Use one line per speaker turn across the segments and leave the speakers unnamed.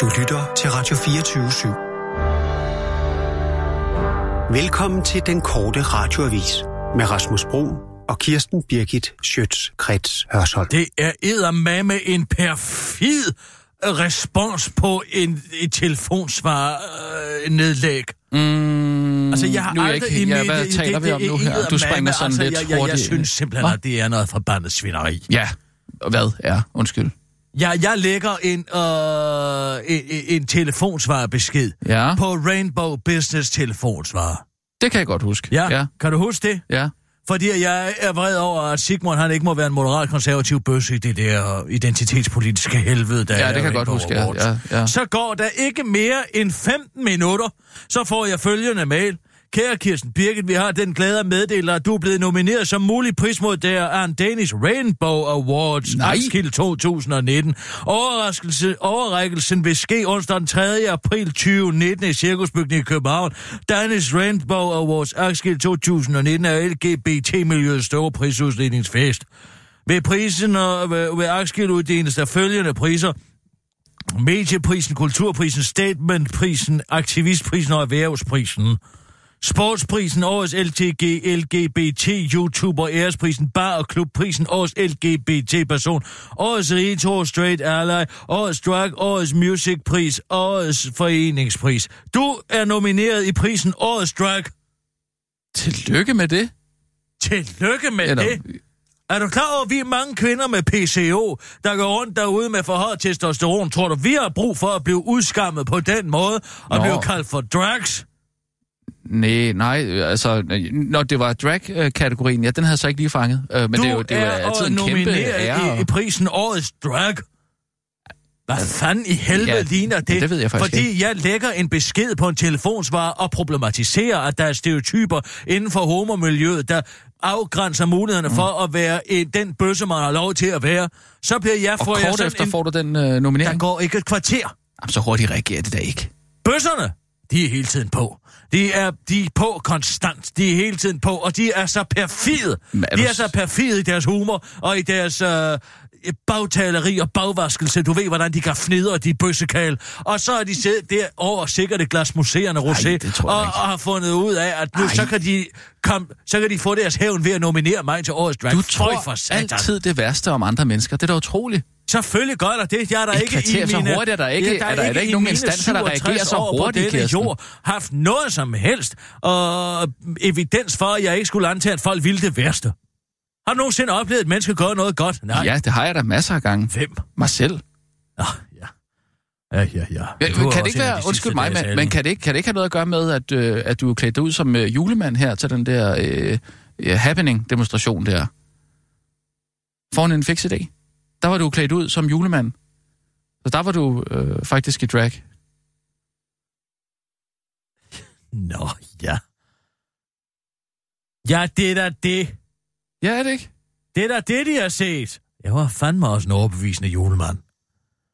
Du lytter til Radio 24 /7. Velkommen til den korte radioavis med Rasmus Bro og Kirsten Birgit Schøtz-Krets Hørsholm.
Det er eddermame en perfid respons på en, et telefonsvar øh, nedlæg.
Mm,
Altså, jeg har
nu er jeg
aldrig
ikke,
i
ja,
mit-
hvad
det-
taler
det-
vi om
det-
nu
det-
her? Du
eddermame,
springer sådan lidt
Altså, jeg, jeg, jeg
hurtigt ind.
synes simpelthen,
Hva?
at det er noget forbandet svineri.
Ja, hvad er? Undskyld.
Jeg, jeg lægger en, øh, en, en- en telefonsvarebesked
Ja,
på Rainbow Business telefonsvar.
det kan jeg godt huske.
Ja,
ja,
ja, kan du huske det?
ja.
Fordi jeg er vred over, at Sigmund han ikke må være en moderat konservativ bøsse i det der identitetspolitiske helvede, der
Ja,
er
det kan jeg godt
Rainbow
huske, ja,
Awards.
ja, ja.
Så går der ikke mere end 15 minutter, så får jeg følgende mail. Kære Kirsten Birgit, vi har den glæde at meddele, at du er blevet nomineret som mulig prismodtager af en Danish Rainbow Awards
Nej.
Roskilde 2019. Overraskelse, overrækkelsen vil ske onsdag den 3. april 2019 i Cirkusbygningen i København. Danish Rainbow Awards Roskilde 2019 er LGBT-miljøets store prisudstillingsfest. Ved prisen og ved, ved Roskilde uddeles der følgende priser. Medieprisen, Kulturprisen, Statementprisen, Aktivistprisen og Erhvervsprisen. Sportsprisen, Årets LTG, LGBT, YouTuber, Æresprisen, Bar- og Klubprisen, Årets LGBT-person, Årets Retro, Straight Ally, Årets Drug, Årets Musicpris, Årets Foreningspris. Du er nomineret i prisen Årets Drug.
Tillykke med det.
Tillykke med
Eller-
det. Er du klar over, at vi er mange kvinder med PCO, der går rundt derude med for højt testosteron? Tror du, vi har brug for at blive udskammet på den måde og
Nå.
Nå. blive kaldt for drugs?
Nej, nej, øh, altså, øh, når det var drag-kategorien, ja, den havde jeg så ikke lige fanget. Øh, Men
du
det er jo, det er jo altid en kæmpe ære. Altså,
i, i prisen Årets Drag. Hvad fanden i helvede
ja,
ja, ligner det?
det ved jeg faktisk
Fordi jeg lægger en besked på en telefonsvar og problematiserer, at der er stereotyper inden for homomiljøet, der afgrænser mulighederne mm. for at være en, den bøsse, man har lov til at være. Så bliver jeg,
Og
får jeg
kort
sådan
efter
en,
får du den øh, nominering.
der går ikke et kvarter.
Jamen, så hurtigt reagerer det da ikke.
Bøsserne, de er hele tiden på. De er, de er på konstant. De er hele tiden på, og de er så perfide.
Men er
de
du
er
s-
så perfide i deres humor og i deres øh, bagtaleri og bagvaskelse. Du ved, hvordan de kan fnide og de er bøssekal. Og så er de siddet derovre og sikkert et glas museerne rosé
det tror jeg
og,
ikke.
og, har fundet ud af, at nu
Ej.
så kan, de kom, så kan de få deres hævn ved at nominere mig til årets drag. Føj
Du tror
for satan.
altid det værste om andre mennesker. Det er da utroligt.
Selvfølgelig gør der det. Jeg er der
Et
ikke
kvarter
i
så
mine,
hurtigt er der ikke-
Ja,
er der ikke
i
nogen
mine
instanser, der reagerer
67
så
år på
hurtigt,
denne
Kirsten.
jord haft noget som helst og evidens for, at jeg ikke skulle antage, at folk ville det værste. Har du nogensinde oplevet, at mennesker gør noget godt? Nej.
Ja, det har jeg da masser af gange.
Hvem?
Mig selv.
Ah, ja. Ja, ja, ja.
Ja,
Du er
kan
også
det ikke
en af
være,
de
undskyld
sidste
mig,
dage i
men,
salen.
men kan, det ikke, kan det ikke have noget at gøre med, at, øh, at du er klædt dig ud som øh, julemand her til den der øh, øh, happening-demonstration der? Foran en fix idé. Der var du klædt ud som julemand. Så der var du øh, faktisk i drag.
Nå, ja. Ja, det er da det.
Ja, er det ikke?
Det er da det, de har set. Jeg var fandme også en overbevisende julemand.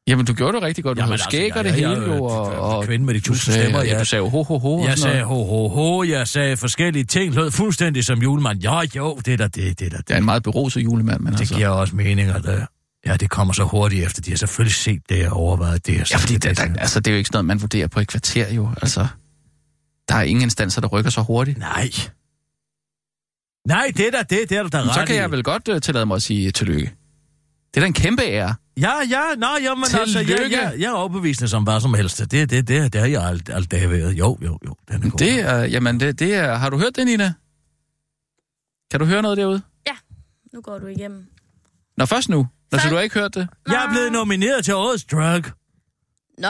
Jamen, du gjorde det rigtig godt. Du havde
altså,
skæg og
jeg-
det
jeg-
hele
jeg-
jo, og, og
Kvinden med de
du
tusind stemmer,
sagde, ja,
ja.
du sagde jo ho, ho, ho. og
Jeg
sådan noget.
sagde ho, ho, ho, jeg sagde forskellige ting, lød fuldstændig som julemand. Jo, jo, det er da det, det er da det.
Det er en meget beruset julemand, men
det
altså...
giver også mening, og det, ja, det kommer så hurtigt efter. De har selvfølgelig set det og overvejet det. Og
Ja,
sagt
fordi der,
det,
der, altså, det er jo ikke sådan noget, man vurderer på et kvarter jo. Altså, der er ingen instanser, der rykker så hurtigt.
Nej. Nej, det er da det, det er der, der
Men
ret
så kan
i.
jeg vel godt uh, tillade mig at sige tillykke. Det er da en kæmpe ære.
Ja, ja, nej, jamen altså, jeg,
Tillykke.
jeg, jeg er overbevisende som hvad som helst. Det, det, det, det har jeg alt, alt dag været. Jo, jo, jo, den er god.
Det er, jamen, det, det er, har du hørt det, Nina? Kan du høre noget derude?
Nu går du igennem.
Nå, først nu. Nå, så
Først-
du har ikke hørt det?
Jeg er blevet nomineret til årets drug.
Nå,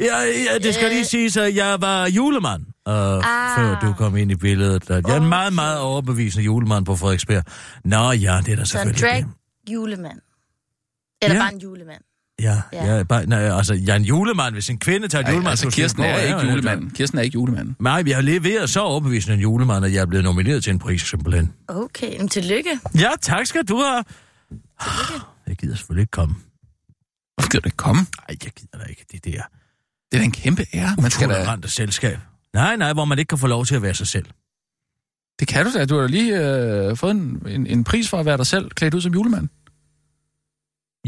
Ja, ja, det skal
Øh.
lige siges, at jeg var julemand, øh, ah. før du kom ind i billedet. Jeg er en meget, meget overbevisende julemand på Frederiksberg. Nå ja, det er der
så en
selvfølgelig.
drag
det.
julemand. Eller
Ja.
bare en julemand.
Ja,
Ja.
ja. Jeg, bare, nej, altså, jeg er en julemand, hvis en kvinde tager et
Ej,
julemand.
altså, Kirsten er ikke julemanden. Kirsten er ikke julemanden.
Nej, jeg har leveret så overbevisende en julemand, at jeg er blevet nomineret til en pris, simpelthen.
Okay, men tillykke.
Ja, tak skal du have. Jeg gider selvfølgelig ikke komme.
Hvorfor gider du ikke komme?
Nej, jeg gider da ikke det der.
Det er da en kæmpe ære. Man skal da,
Tolerante selskab. Nej, nej, hvor man ikke kan få lov til at være sig selv.
det kan du da. Du har da lige øh, fået en, en, en pris for at være dig selv, klædt ud som julemand.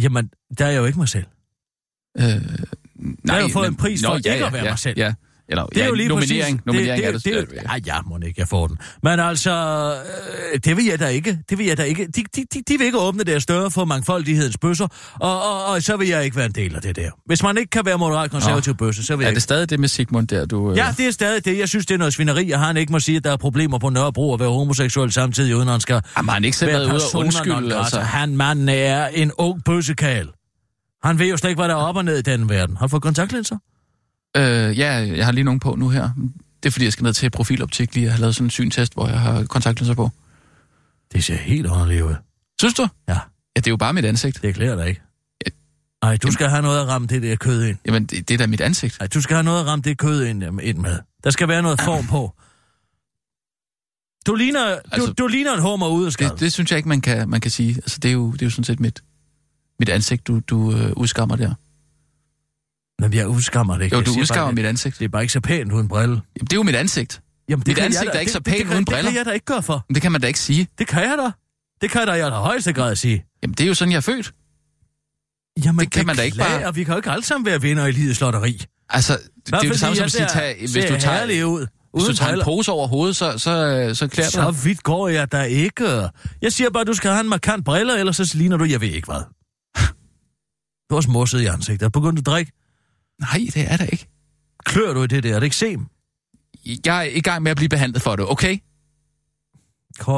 Jamen, der er jeg jo ikke mig selv.
Øh, nej,
jeg har jo fået en pris for ikke at være
ja,
mig selv.
Ja, eller,
Det er
ja,
jo lige
nominering,
præcis...
Nominering
det, det,
er
det,
det.
det, Ej, ja, må ikke, jeg får den. Men altså, øh, det vil jeg da ikke. Det vil jeg da ikke. De, de, de, de vil ikke åbne deres døre for mangfoldighedens bøsser, og, og, og så vil jeg ikke være en del af det der. Hvis man ikke kan være moderat konservativ bøsse, så vil
er
jeg
det stadig det med Sigmund der, du... øh,
Ja, det er stadig det. Jeg synes, det er noget svineri, og han ikke må sige, at der er problemer på Nørrebro at være homoseksuel samtidig, uden han skal
Jamen, har han ikke selv været ude og
persona non
undskylde,
grata.
altså.
Han manden er en ung bøssekal. Han ved jo slet ikke, hvad der er op og ned i den verden. Har du fået kontaktlinser?
Øh, ja, jeg har lige nogen på nu her. Det er, fordi jeg skal ned til profiloptik lige og have lavet sådan en syntest, hvor jeg har kontaktlinser på.
Det ser helt underligt ud.
Synes du?
Ja.
Ja, det er jo bare mit ansigt.
Det klæder dig ikke. Nej, du skal have noget at ramme det der kød ind.
Jamen, det, det er da mit ansigt.
Nej, du skal have noget at ramme det kød ind, ind med. Der skal være noget form på. Du ligner, altså,
Altså-
du, du ligner en hummer ude af skal.
Det, det synes jeg ikke, man kan, man kan sige. Altså, det er jo, det er jo sådan set mit, mit ansigt, du, du øh, udskammer der.
Men jeg udskammer det ikke.
Jo,
Jeg
du
siger bare,
udskammer
det-
mit ansigt.
Det er bare ikke så pænt uden brille.
Jamen, det er jo mit ansigt.
Jamen, det
Mit
kan jeg
ansigt
da-
er ikke
det-
så pænt
det kan-
uden
Det
briller.
kan jeg da ikke gøre for.
Men det kan man da ikke sige.
Det kan jeg da. Det kan jeg da i allerhøjeste grad sige.
Jamen, det er jo sådan, jeg er født.
Jamen,
Det kan man da ikke
beklager,
bare-
Vi kan jo ikke alle sammen være vinder i livets lotteri. Det
Altså, det, det er jo det samme som at sige, tag, hvis, du tager,
ud.
hvis du
uden
tager en
briller.
pose over hovedet, så, så, øh, så klæder du
så
dig.
vidt går jeg da ikke. Jeg siger bare, at du skal have en markant briller, ellers så ligner du, jeg ved ikke hvad. Du er også mosset i ansigtet. Er du begyndt at drikke?
Nej, det er der ikke.
Klør du i det der? Er det ikke sem?
Jeg er i gang med at blive behandlet for det, okay?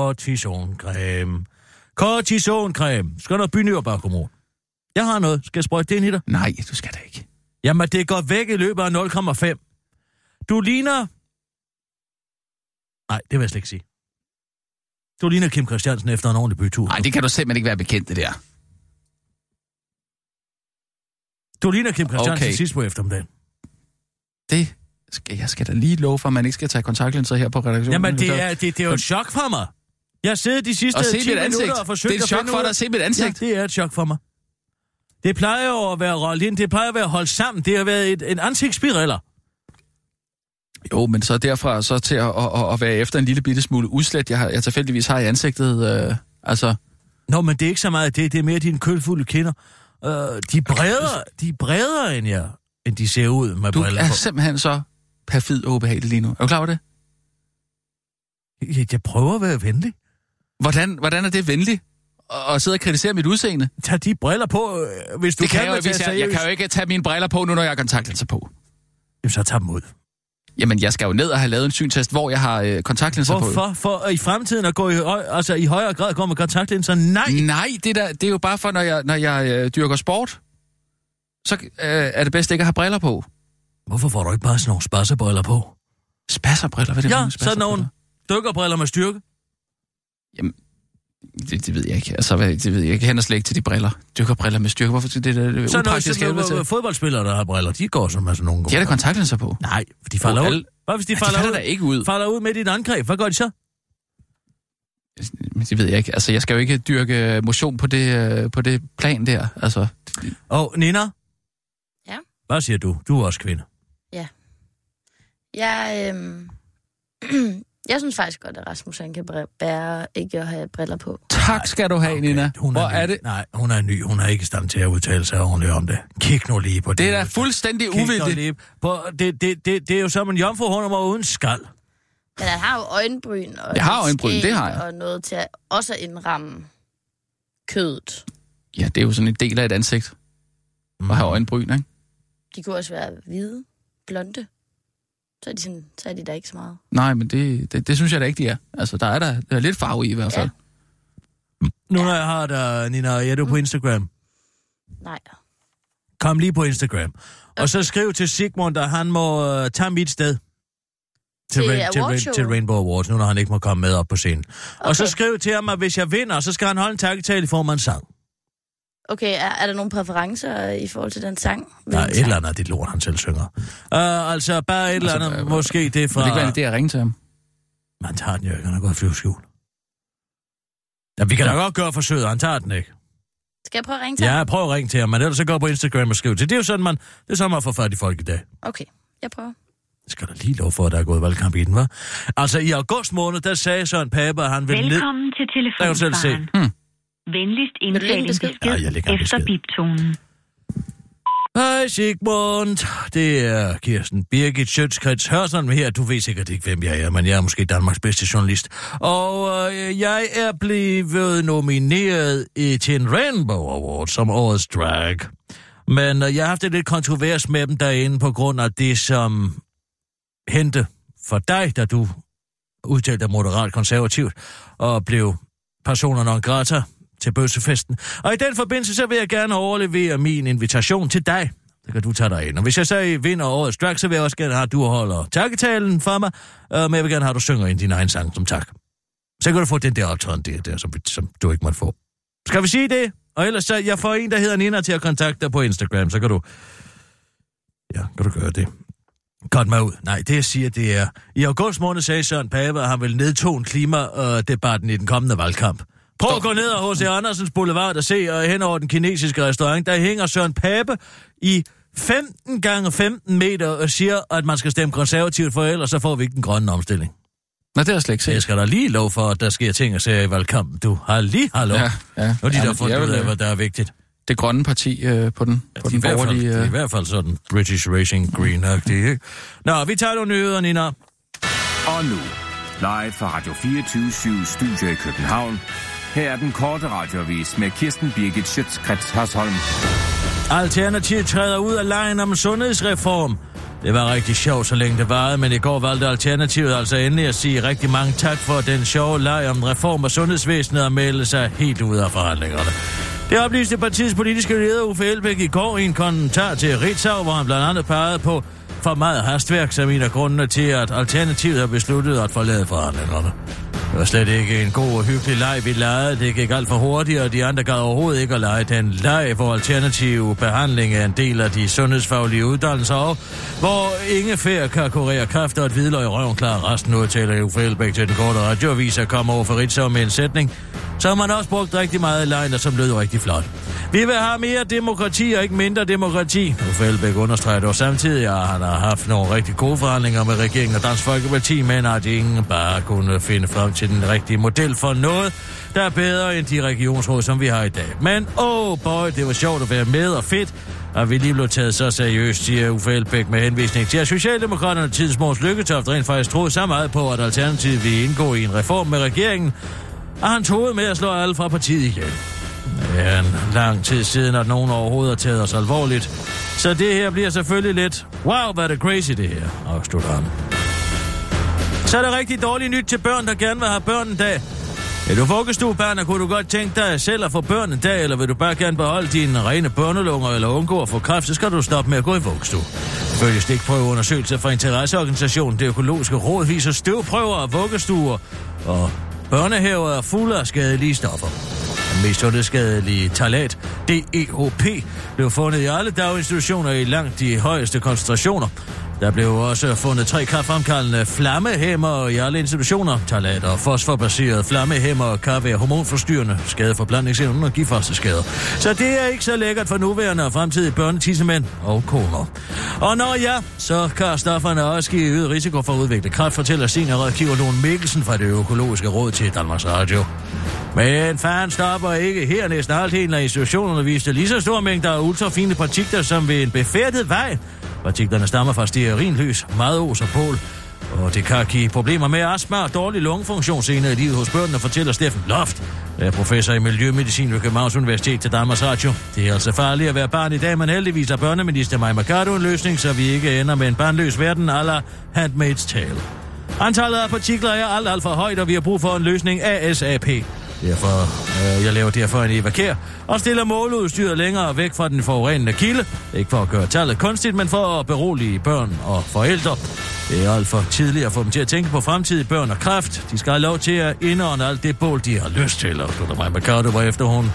Cortisoncreme. Cortisoncreme. Skal du bynyr bare kommune? Jeg har noget. Skal jeg sprøjte det ind i dig?
Nej, du skal da ikke.
Jamen, det går væk i løbet af 0,5. Du ligner... Nej, det vil jeg slet ikke sige. Du ligner Kim Christiansen efter en ordentlig bytur.
Nej, det kan du simpelthen ikke være bekendt, det der.
Du ligner Kim Christiansen
Okay.
okay. sidst på eftermiddagen.
Det skal, jeg skal da lige love for, at man ikke skal tage kontaktlinser her på redaktionen.
Jamen, det er, det, det er jo et chok for mig. Jeg har siddet de sidste
Og se
10
mit
minutter
ansigt.
og
Det
forsøgt
er et
at
chok
finde
for
ud
dig
af-
at se mit ansigt.
Ja, det er et chok for mig. Det plejer jo at være rollet ind. Det plejer at være holdt sammen. Det har været et, en ansigtsspiraller.
Jo, men så derfra så til at, at, at, at være efter en lille bitte smule udslet, jeg, har, jeg tilfældigvis har i ansigtet. Øh, altså,
Nå, men det er ikke så meget det. Det er mere dine kølfulde kinder. Øh, de, er bredere, de er bredere end jeg, end de ser ud med
du
briller
er
på.
simpelthen så perfid og ubehagelig lige nu. Er du klar over det?
Jeg, jeg prøver at være venlig.
Hvordan, hvordan er det venligt at, at sidde og kritisere mit udseende?
Tag de briller på, øh, hvis du
det kan,
kan
jeg, jo,
Mathias,
hvis jeg, jeg kan jo ikke tage mine briller på nu, når jeg har kontaktlinser på.
Jamen, så tag dem ud.
Jamen, jeg skal jo ned og have lavet en syntest, hvor jeg har øh, kontaktlinser på.
Hvorfor? For at i fremtiden at gå i, høj- altså, i højere grad kommer kontaktlinser. Nej,
Nej, det, der, det er jo bare for, når jeg, når jeg øh, dyrker sport, så øh, er det bedst ikke at have briller på.
Hvorfor får du ikke bare sådan nogle spasserbriller på?
Spasserbriller, hvad er det for
Ja,
nogle
sådan nogle
spasserbriller?
dykkerbriller med styrke.
Det, det, ved jeg ikke. Altså, hvad, det ved jeg ikke. Jeg hænder slet ikke til de briller. Dykkerbriller med styrke. Hvorfor det, det, det, det er
Sådan noget,
upraktisk
som
helvede til?
øh, fodboldspillere, der har briller, de går sådan med sådan nogle
De har da kontaktlinser på.
Nej, for de falder
Jo,
ud.
alle-
Hvad hvis de
De
falder
falder da
ud?
ikke ud.
Falder ud med dit angreb, hvad gør de så?
Men det ved jeg ikke. Altså, jeg skal jo ikke dyrke motion på det, øh, på det plan der. Altså,
Og Nina?
Ja?
Hvad siger du? Du er også kvinde.
Jeg, øhm, jeg synes faktisk godt, at Rasmus han kan bære- bære ikke at have briller på.
tak skal du have, okay, Nina.
Hun
Hvor
ny.
er det?
Nej, hun er ny. Hun er ikke i stand til at udtale sig ordentligt om det. Kig nu lige på det.
Det er da fuldstændig
Kig nu
uvildigt.
lige på... Det, det, det, det er jo som en jomfruhund uden skald.
Men han har jo øjenbryn. Og
Jeg har
et
øjenbryn, det
skæg
har jeg.
Og noget til at også at indramme kødet.
Ja, det er jo sådan en del af et ansigt.
Mm.
Og har øjenbryn, ikke?
De kunne også være hvide, blonde. Så er de, sådan, så er de der ikke så meget.
Nej, men det, det, det synes jeg da ikke, de er. Altså, der er der, der er lidt farve i i hvert fald.
Nu når jeg har dig, Nina, er du på Instagram?
Nej.
Kom lige på Instagram. Og så skriv til Sigmund, at han må uh, tage mit sted. Til,
Til
til,
awardshowet?
til Rainbow Awards, nu når han ikke må komme med op på scenen. Okay. Og så
Okay.
skriv til ham, at hvis jeg vinder, så skal han holde en takketale i form af en sang.
Okay, er, er der nogle præferencer øh, i forhold til den sang?
Der er
Hvilken
et
sang?
eller andet af dit lort, han selv synger. Uh, altså, bare et eller
Altså,
andet,
øh,
måske det er
Må det
fra...
ikke være en idé at ringe til ham?
Man tager den jo ikke, han har gået i flyveskjul. Ja, vi kan da godt gøre forsøget, han tager den ikke.
Skal jeg prøve at ringe til ham?
Ja, prøv at ringe til ham, men ellers så gå på Instagram og skriv til. Det er jo sådan, man, det er sådan, man får fat i folk i dag.
Okay, jeg prøver.
Det skal der lige lov for, at der er gået valgkamp i den, var. Altså, i august måned, der sagde Søren Pape, at han ville ned...
Velkommen til
Der kan du selv se. Mm.
telefonsvaren.
Hmm.
Venligst
lægge en
indtale en
besked?
besked
Ja, jeg lægger en
efter
besked.
biptonen.
Hej, Hej Sigmund. Det er Kirsten Birgit Sjøtskrets Hørsson her. Du ved sikkert ikke, hvem jeg er, men jeg er måske Danmarks bedste journalist. Og øh, jeg er blevet nomineret i, til en Rainbow Award som årets drag. Men øh, jeg har haft det lidt kontrovers med dem derinde på grund af det, som hente for dig, da du udtalte dig moderat konservativt og blev persona non grata til bøssefesten. Og i den forbindelse, så vil jeg gerne overlevere min invitation til dig. Så kan du tage dig ind. Og hvis jeg så vinder årets drag, så vil jeg også gerne have, at du holder takketalen for mig. Øh, men jeg vil gerne have, at du synger ind din egen sang som tak. Så kan du få den der optræden der, der som, vi- som du ikke måtte få. Skal vi sige det? Og ellers så, jeg får en, der hedder Nina, til at kontakte dig på Instagram. Så kan du... Ja, kan du gøre det. Godt mig ud. Nej, det jeg siger, det er... I august måned sagde Søren Pape, at han vil nedtone klimadebatten i den kommende valgkamp. Prøv at gå ned ad H.C. Andersens Boulevard og se og hen over den kinesiske restaurant. Der hænger Søren Pape i 15 gange 15 meter og siger, at man skal stemme konservativt, for ellers så får vi ikke den grønne omstilling.
Nå, det har jeg slet ikke
Så jeg
set.
skal da lige lov for, at der sker ting og sager i valgkampen. Du har lige hallo. Ja.
ja.
Og de,
Ja,
der
men
har fundet
er
ud
vel,
af,
øh,
hvad der er vigtigt.
Det grønne parti øh, på den,
Det er
på
i
den
hvert fald,
borgerlige...
det er i
Øh,
hvert fald sådan British Racing Green-agtig, ikke? Nå, vi tager nogle nyheder, Nina.
Og nu, live fra Radio 24 Studio i København. Her er den korte radiovis med Kirsten Birgit Schøtzgrads Hasholm.
Alternativet træder ud af lejen om en sundhedsreform. Det var rigtig sjovt, så længe det varede, men i går valgte Alternativet altså endelig at sige rigtig mange tak for den sjove leg om en reform af sundhedsvæsenet og melde sig helt ud af forhandlingerne. Det oplyste partiets politiske leder Uffe Elbæk i går i en kommentar til Ritzau, hvor han blandt andet pegede på for meget hastværk som en af grundene til, at Alternativet har besluttet at forlade forhandlingerne. Det var slet ikke en god og hyggelig leg, vi legede. Det gik alt for hurtigt, og de andre gad overhovedet ikke at lege den leg, hvor alternativ behandling er en del af de sundhedsfaglige uddannelser, og hvor ingefær kan kurere kræft og et hvidløg i røven klarer resten, udtaler Uffe Elbæk til den korte radioavis og kommer over for Ritzau med en sætning, som man også brugt rigtig meget i lejen, og som lød rigtig flot. Vi vil have mere demokrati og ikke mindre demokrati. Uffe Elbæk understreger dog samtidig, at han har haft nogle rigtig gode forhandlinger med regeringen og Dansk Folkeparti, men at ingen bare kunne finde frem til den rigtige model for noget, der er bedre end de regionsråd, som vi har i dag. Men oh boy, det var sjovt at være med og fedt, at vi lige blev taget så seriøst, siger Uffe Elbæk med henvisning til, at Socialdemokraterne tidsmors Lykketoft rent faktisk troede så meget på, at Alternativet ville indgå i en reform med regeringen, og han troede med at slå alle fra partiet ihjel. Det er en lang tid siden, at nogen overhovedet har taget os alvorligt. Så det her bliver selvfølgelig lidt, wow, hvad er det crazy det her, afslutter han. Så er der rigtig dårligt nyt til børn, der gerne vil have børn en dag. Er du vuggestuebarn, og kunne du godt tænke dig selv at få børn en dag, eller vil du bare gerne beholde dine rene børnelunger eller undgå at få kræft, så skal du stoppe med at gå i vuggestue. Følge stikprøveundersøgelser fra interesseorganisationen Det Økologiske Råd viser støvprøver af vuggestuer, og børnehaver er fulde af skadelige stoffer. Den mest sundhedsskadelige talat, DEHP, blev fundet i alle daginstitutioner i langt de højeste koncentrationer. Der blev også fundet tre kraftfremkaldende flammehæmmer i alle institutioner. Talat og fosforbaserede flammehæmmer kan være hormonforstyrrende, skade for blandingsevnen og gifaste skader. Så det er ikke så lækkert for nuværende og fremtidige børnetissemænd og koner. Og når ja, så kan stofferne også give øget risiko for at udvikle kræft, fortæller seniorrådgiver Lone Mikkelsen fra det økologiske råd til Danmarks Radio. Men faren stopper ikke her næsten halvdelen af institutionerne viste lige så store mængder af ultrafine partikler som ved en befærdet vej. Partiklerne stammer fra stearinlys, meget os og pol. Og det kan give problemer med astma og dårlig lungefunktion senere i livet hos børnene, fortæller Steffen Loft, der er professor i miljømedicin ved Københavns Universitet til Danmarks Radio. Det er altså farligt at være barn i dag, men heldigvis har børneminister Maja Mercado en løsning, så vi ikke ender med en barnløs verden ala Handmaid's Tale. Antallet af partikler er alt, alt for højt, og vi har brug for en løsning ASAP. Derfor, øh, jeg laver derfor en Eva Kjær, og stiller måleudstyret længere væk fra den forurenende kilde. Ikke for at gøre tallet kunstigt, men for at berolige børn og forældre. Det er alt for tidligt at få dem til at tænke på fremtidige børn og kræft. De skal have lov til at indånde alt det bål, de har lyst til, afslutter mig Mercado, hvor efter hun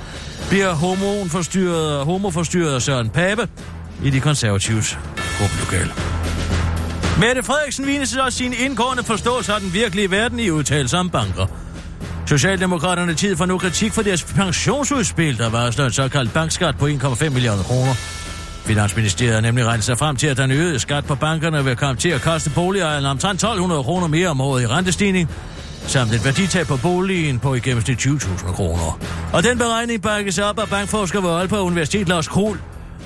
bliver hormonforstyrret og homoforstyrret af Søren Pape i de konservatives gruppelokale. Mette Frederiksen viser også sin indgående forståelse af den virkelige verden i udtalelser om banker. Socialdemokraterne tid for nu kritik for deres pensionsudspil, der varsler en såkaldt bankskat på 1,5 milliarder kroner. Finansministeriet har nemlig regnet sig frem til, at den øgede skat på bankerne vil komme til at koste boligejerne omtrent 1.200 kroner mere om året i rentestigning, samt et værditab på boligen på i gennemsnit 20.000 kroner. Og den beregning bakkes op af bankforsker ved Aalborg Universitet Lars Krohl,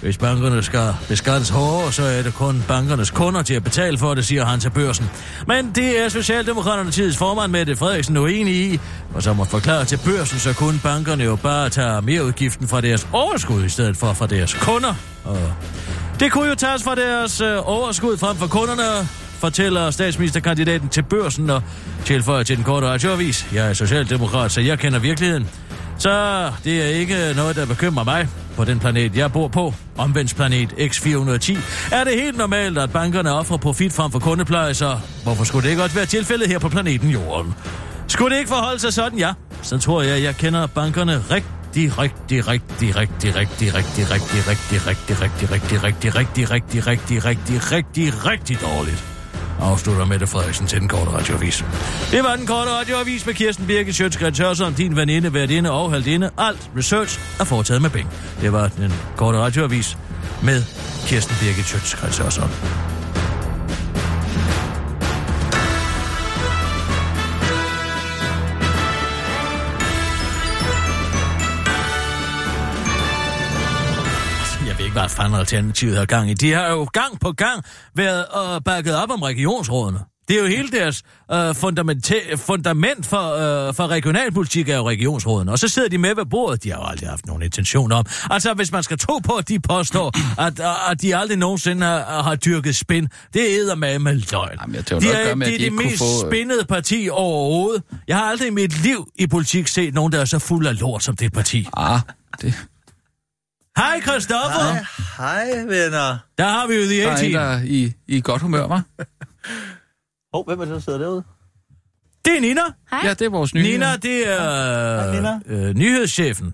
Hvis bankerne skal beskattes hårdere, så er det kun bankernes kunder til at betale for det, siger han til børsen. Men det er Socialdemokraterne tids formand Mette Frederiksen uenig i, og som må forklare til børsen, så kunne bankerne jo bare tage mereudgiften fra deres overskud i stedet for fra deres kunder. Og det kunne jo tages fra deres øh, overskud frem for kunderne, fortæller statsministerkandidaten til børsen og tilføjer til den korte radioavis. Jeg er socialdemokrat, så jeg kender virkeligheden. Så det er ikke noget, der bekymrer mig på den planet, jeg bor på, omvendt planet X410, er det helt normalt, at bankerne offrer profit frem for kundepleje, så hvorfor skulle det ikke også være tilfældet her på planeten Jorden? Skulle det ikke forholde sig sådan, ja? Så tror jeg, jeg kender bankerne rigtig rigtig, rigtig, rigtig, rigtig, rigtig, rigtig, rigtig, rigtig, rigtig, rigtig, rigtig, rigtig, rigtig, rigtig, rigtig, rigtig, rigtig, rigtig dårligt. Afslutter Mette Frederiksen til den korte radioavis. Det var den korte radioavis med Kirsten Birke, Sjøtskrets Hørsson, din veninde, værtinde og halvdinde. Alt research er foretaget med Bing. Det var den korte radioavis med Kirsten Birke, Sjøtskrets Hørsson. Jeg ved ikke, hvad fanden Alternativet har gang i. De har jo gang på gang været øh, bakket op om regionsrådene. Det er jo hele deres øh, fundamenta- fundament for, øh, for regionalpolitik er jo regionsrådene. Og så sidder de med ved bordet. De har jo aldrig haft nogen intention om. Altså, hvis man skal tro på, at de påstår, at, øh, at- at de aldrig nogensinde har, har dyrket spin, det æder med med løgn.
Jamen, det har jo
de
noget at
er,
gøre med,
de
at
er
de
det
ikke kunne
mest
få, øh,
spindede parti overhovedet. Jeg har aldrig i mit liv i politik set nogen, der er så fuld af lort som det parti.
Ah, det,
Hej, Christoffer!
Hej, hej venner.
Der har vi jo The
der er en,
A-Team.
der er i, i godt humør, var.
Hov, hvem er det, der sidder derude?
Det er Nina.
Hej.
Ja, det er vores nye...
Nina, det er
Hej, Nina.
øh, nyhedschefen.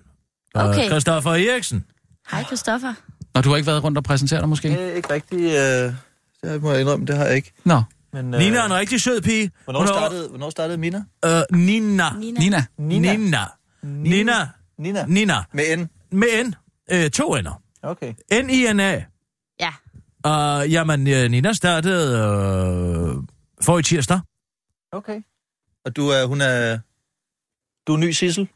Og
Okay.
Christoffer Eriksen.
Hej, Christoffer.
Nå, du har ikke været rundt og præsenteret dig måske?
Øh, ikke rigtig... Øh, det må jeg indrømme, det har jeg ikke.
Nå,
Men,
Øh. Nina er en rigtig sød pige.
hvornår, startede, hvornår startede Mina?
Øh, Nina.
Nina.
Nina.
Nina. Nina. Nina.
Nina.
Nina.
Med N.
Med N. Øh, to N'er.
Okay.
N-I-N-A.
Ja.
Uh, jamen, øh, Nina startede øh, for i tirsdag.
Okay. Og du er, hun er... Du er ny Sissel?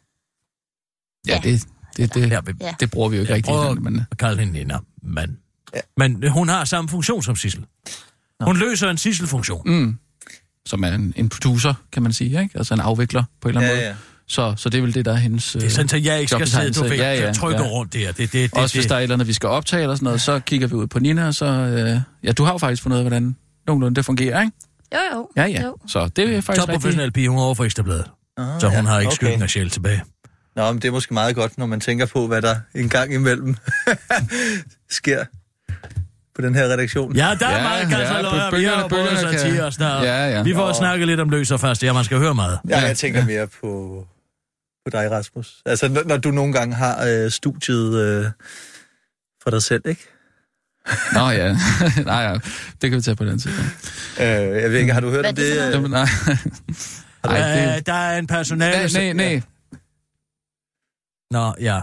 Ja, det, det, det,
Ja, vi
Ja.
det bruger vi jo ikke rigtig.
prøver-
Men, men,
kalder hende Nina. Men,
Ja.
men øh, hun har samme funktion som Sissel. Hun løser en Sissel-funktion.
mm, som er en, en producer, kan man sige, ikke? Altså en afvikler på en eller anden måde. Så, så det er vel det, der er hendes...
Det er sådan, at jeg ikke skal sidde, du
jobbetegnelse.
ved, ja, ja, trykke ja. rundt der. Det, det, det,
Også
det,
hvis der er et eller andet, vi skal optage eller sådan noget, så kigger vi ud på Nina, og så... Øh, ja, du har jo faktisk fundet ud af, hvordan nogenlunde det fungerer, ikke?
Jo, jo.
Ja, ja.
Jo.
Så det er faktisk rigtigt.
topprofessionel pige, hun er over for Ekstrabladet.
Ah,
Så hun
ja,
har ikke
okay.
skyggen af sjæl tilbage.
Nå, men det er måske meget godt, når man tænker på, hvad der en gang imellem sker på den her redaktion.
Ja, der er
Ja,
meget
ja,
kassaløjer, ja, vi
bølgerne-
har jo både
bølgerne kan-
satire og sådan noget.
Ja, ja.
Vi får snakket lidt om løs og fast, ja, man skal høre meget.
Ja,
Ja,
jeg tænker ja. mere på, på dig, Rasmus. Altså, når, når du nogle gange har øh, studiet øh, for dig selv, ikke?
Nå ja, nej, ja. det kan vi tage på den tid.
Øh, jeg ved ikke, har du hørt
Hvad
om
er det
det?
for noget?
øh,
Jamen, nej. Ej,
Ej,
det...
Øh, der er en
Nej,
personale...
nej, nej.
Nå, ja.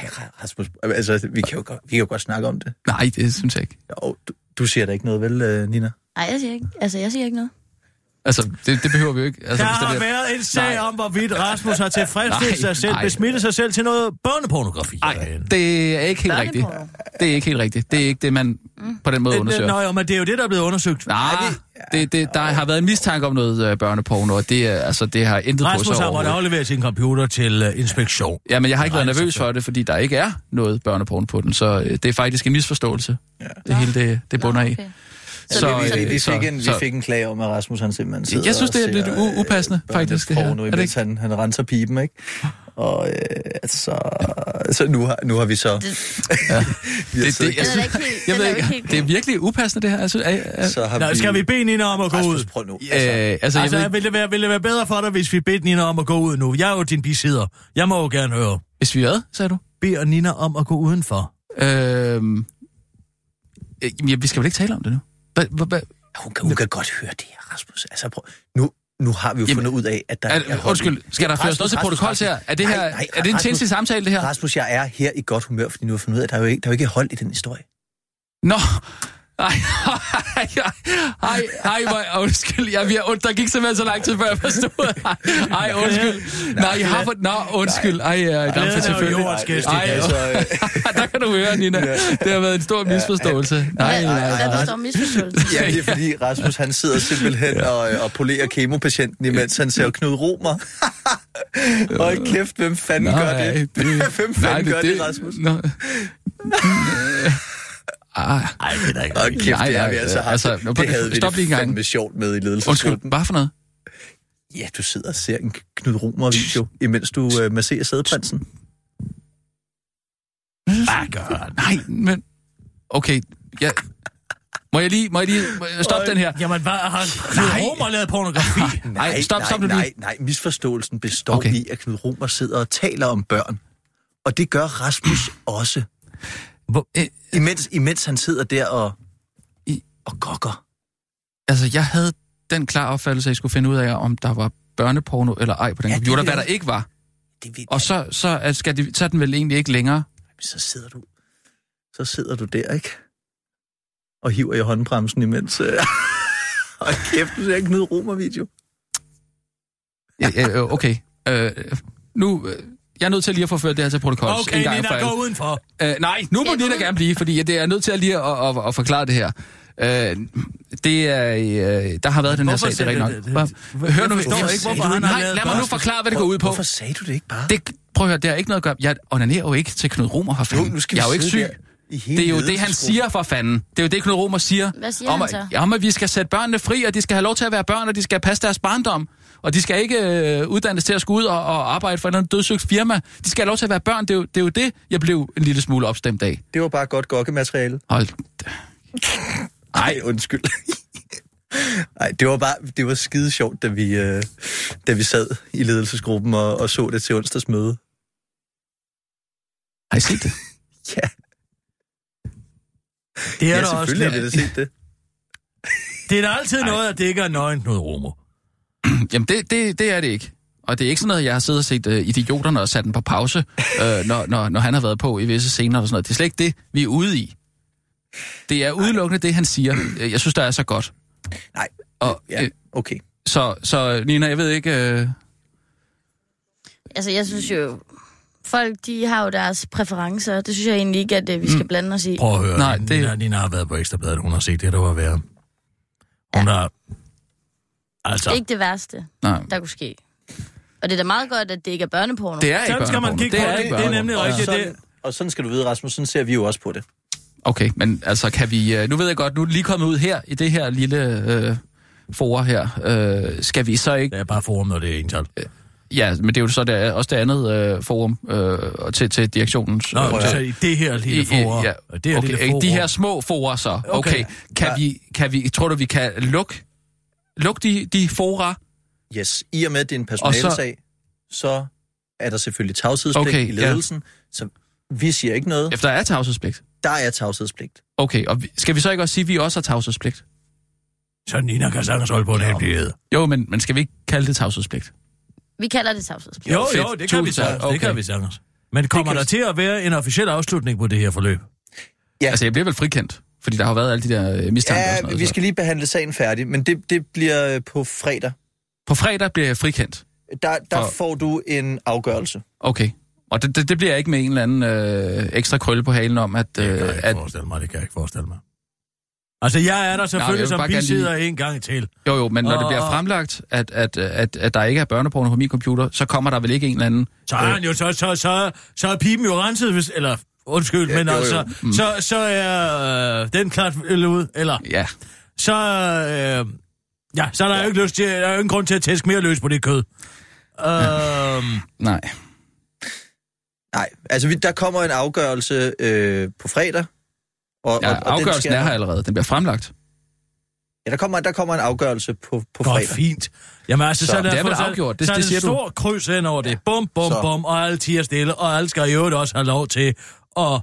Ej, Rasmus, altså, vi kan, jo godt, vi kan jo godt snakke om det.
Nej, det synes jeg ikke.
Jo, du, du siger da ikke noget, vel, øh, Nina?
Nej, jeg siger ikke. Altså, jeg siger ikke noget.
Altså, det, det behøver vi jo ikke. Altså,
Der
hvis det
har
bliver-
været en sag
Nej.
om, hvorvidt Rasmus har tilfredsstillet
Nej,
sig selv,
nej.
besmittet sig selv til noget børnepornografi.
Nej, det er ikke helt rigtigt.
Børneporno.
Det er ikke helt rigtigt. Det er ikke det, man på den måde
Det- det- Nå,
undersøger.
jo, men det er jo det, der er blevet undersøgt.
Nej, det, det, der har været en mistanke om noget øh, børneporno, og det, er- altså, det har intet på
Rasmus
sig
har måttet
overhovedet.
aflevere sin computer til øh, inspektion.
Ja, men jeg har ikke været
Nej,
nervøs for det, fordi der ikke er noget børneporno på den, så øh, det er faktisk en misforståelse. Det hele det, det bunder i.
Okay.
Så,
Så, vi, vi,
øh,
vi,
så-
fik en, vi
så-
fik en klage om, at Rasmus han simpelthen sidder
Jeg synes, det er
og
lidt
ser,
u- upassende,
øh,
faktisk, det her.
porno,
Er det
imens
ikke?
Han, han renser pipen, ikke? Og øh, altså, så nu har, nu har vi så...
Det-
vi har
Det-
siddet-
det- jeg
Den er
synes-
ikke helt-
Jeg
den
ved
er
ikke,
ikke helt
det er virkelig upassende, det her. Altså, er, er,
så har
Nå,
vi...
skal vi bede Nina om at gå ud?
Rasmus, prøv nu.
øh, altså, jeg
Altså,
ved,
altså
ikke,
vil, det være, vil det være bedre for dig, hvis vi bedte Nina om at gå ud nu? Jeg er jo din bisider. Jeg må jo gerne høre.
hvis vi hvad, sagde du?
Beder Nina om at gå udenfor.
Øhm, øh, ja, vi skal vel ikke tale om det nu? Hva, hva, hva,
Hun kan, hun kan godt høre det her, Rasmus. Altså, prøv. Nu, nu har vi jo
Jamen,
fundet ud af, at der
er,
hold i-
undskyld, skal der føres
Rasmus,
noget til
Rasmus,
protokols her?
Rasmus.
Er det, her,
Nej, nej,
er det en
Rasmus.
tjenestlig samtale, det her?
Rasmus, jeg er her i godt humør, fordi nu har jeg fundet ud af, at der er jo ikke, der er jo ikke hold i den historie.
Nå, Ej, ej, ej, ej, ej, undskyld. Jeg, jeg, und, der gik simpelthen så lang tid, før jeg forstod. Ej, ej undskyld. Nej, jeg har fået... Nå, undskyld. Ej, ej, ej,
Glæden er
ej
jo
selvfølgelig.
jordens gæst i
Ej,
dag,
Så, øh,
der kan du høre, Nina. Det har været en stor misforståelse. Nej,
Hvad-
nej,
Hvad
nej.
består misforståelse?
ja, det er fordi Rasmus, han sidder simpelthen og, øh, og polerer kemopatienten, imens han ser Knud Romer. Hold kæft, hvem fanden
Nå,
gør
ej,
det? Hvem fanden gør det, Rasmus?
Nå. Ah,
Nej, det er da ikke.
Og kæft,
Nej,
det har
nej,
vi altså
øh,
haft.
altså, nu-
det, det havde vi
stop lige
det
en gang.
fandme sjovt med i
undskyld,
ledelsesgruppen.
hvad for noget?
Ja, du sidder og ser en Knud Romer-video, imens du øh, masserer sædeprinsen.
Nej, men... Okay, ja. Må jeg lige, må jeg lige må jeg stoppe den her?
Jamen, hvad har
Nej.
Knud Romer lavet pornografi?
Nej, stop, stop nu
nej,
lige.
nej, nej, misforståelsen består
Okay.
okay. i, at Knud Romer sidder og taler om børn. Og det gør Rasmus også,
Hvor, øh,
imens, imens han sidder der og,
I-
og gokker.
altså, jeg havde den klare opfattelse, at I skulle finde ud af, om der var børneporno eller ej på den
Ja,
ja,
det
computer,
vil
hvad der
jeg-
ikke var.
Det ved
Og så, så, er- skal de, så er den vel egentlig ikke længere.
så sidder du, så sidder du der, ikke? Og hiver i håndbremsen imens. Øh, og kæft, du ser en Knud Romer-video.
Ja, ja, øh, okay, øh, nu... Øh, jeg er nødt til lige at forføre det her til protokollet en
Okay,
gang for
Nina,
alle.
gå udenfor.
Øh, nej, nu må
Skal jeg
Nina
gå ud?
gerne blive, fordi det er nødt til at lige at, at, at forklare det her. Øh, det er, øh, der har været den her
Hvorfor
sag, det er
sagde
rigtigt
du
nok.
det?
Hva?
Hvorfor-
Hør nu,
jeg forstår ikke, hvorfor han har
nej,
lavet
lad mig nu
børn.
forklare, hvad det går ud på.
Hvorfor sagde du det ikke bare?
Det, prøv at høre, det har ikke noget at gøre. Jeg onanerer jo ikke til Knud Romer, for fanden. jeg er jo ikke syg.
sidde der i hele
Det er jo det, han
ledelsesgruppen.
siger for fanden. Det er jo det, Knud Romer siger.
Hvad siger
om,
han
at-
så?
ja, Om, at vi skal sætte børnene fri, og de skal have lov til at være børn, og de skal passe deres barndom. Og de skal ikke øh, uddannes til at skulle ud og, og arbejde for et eller andet dødssygt firma. De skal have lov til at være børn. Det er, jo, det er jo det, jeg blev en lille smule opstemt af.
Det var bare godt gokkemateriale.
Hold.
Nej, undskyld. Nej, det var bare det var skide sjovt, da vi, øh, da vi sad i ledelsesgruppen og, og så det til onsdagsmøde.
Har I set det?
Ja,
Det er
ja
der også.
selvfølgelig har vi da
lidt.
set det.
Det er da altid noget, at det ikke er nøgen Knud Romer.
Jamen, det, det, det er det ikke. Og det er ikke sådan noget, jeg har siddet og set øh, idioterne og sat den på pause, øh, når, når, når han har været på i visse scener og sådan noget. Det er slet ikke det, vi er ude i. Det er udelukkende det, han siger. Øh, Jeg synes, der er så godt.
Nej,
Og,
ja,
øh,
okay.
så, så Nina, jeg ved ikke... Øh,
Altså, jeg synes jo, folk, de har jo deres præferencer. Det synes jeg egentlig ikke, at øh, vi
Mm.
skal blande os i.
Prøv at høre,
Nej,
Nej,
det-
det... Nina, Nina har været på Ekstrabladet, hun har set det, der var værre. Hun har... Altså,
Det er ikke det værste,
nej,
der kunne ske. Og det er da meget godt, at det ikke er børneporno.
det er ikke
sådan skal man
børneporno.
kigge
det
på
er
det.
ikke
Det er
børneporno.
nemlig
Ja.
rigtigt.
Sådan,
Det,
og sådan skal du vide, Rasmus, sådan ser vi jo også på det.
Okay, men altså kan vi... øh, Nu ved jeg godt, nu er det lige kommet ud her, i det her lille øh, forer her. Øh, skal vi så ikke...
det er bare forum, når det er ental.
Ja, men det er jo så det, også det andet øh, forum øh, til, til direktionens...
Nå,
øh,
så i det her lille
I- i-
forum.
Ja,
og Det her
okay,
lille
ikke
forum.
De her små forer så. Okay,
Okay.
okay. Kan,
Ja.
vi, kan vi, tror du, vi kan lukke luk de, de fora?
Yes, i og med, at det er en
Og så-
personalsag, så... så er der selvfølgelig tavshedspligt
Okay,
okay, i ledelsen, ja. så vi siger ikke noget.
Efter der er tavshedspligt.
Der er tavshedspligt.
Okay, og vi, skal vi så ikke også sige, at vi også har tavshedspligt?
Så Nina kan sagtens holde på en hemmelighed.
Jo, men, men skal vi ikke kalde det tavshedspligt?
Vi kalder det tavshedspligt.
Jo,
fedt.
jo, det kan vi
Tusind tak.
sagtens.
Okay.
Det kan vi sagtens. Men kommer
kan
der
vi-
til at være en officiel afslutning på det her forløb?
Ja.
Altså, jeg bliver vel frikendt, fordi der har jo været alle de der øh, mistanker og sådan
Ja,
noget.
vi
så.
skal lige behandle sagen færdig, men det, det bliver øh, på fredag.
På fredag bliver jeg frikendt.
Der, der
For-
får du en afgørelse.
Okay. Og det, det, det bliver ikke med en eller anden øh, ekstra krølle på halen om, at... Øh,
Det kan jeg ikke
at
forestille mig, det kan jeg ikke forestille mig. Altså, jeg er der
Nej, jeg vil
selvfølgelig som
bare gerne
bisidder en gang til.
jo, jo, men når det
Og-
bliver
og-
fremlagt, at, at, at, at der ikke er børneporno på min computer, så kommer der vel ikke en eller anden...
Så er han jo, så, så, så, så er pipen jo renset, hvis, eller undskyld, ja, men
jo, jo.
altså,
Mm.
så, så er øh, den klart eller ud, eller
Ja,
så, øh, ja, så er der ja. jo ikke lyst til, der er jo ingen grund til at tæske mere løs på det kød. Øhm,
nej.
Nej, altså vi, der kommer en afgørelse øh, på fredag. Og,
Ja, afgørelsen er her allerede. Den bliver fremlagt.
Ja, der kommer, der kommer en afgørelse på, på
godt,
fredag.
fint. Jamen altså, så,
Så
er
det er
derfor-
vel
så
afgjort, det-
så er
det
det
siger
en
du.
stor kryds hen over det. Bum, bum,
Så.
bum, og alle tiger stille, og alle skal i øvrigt også have lov til at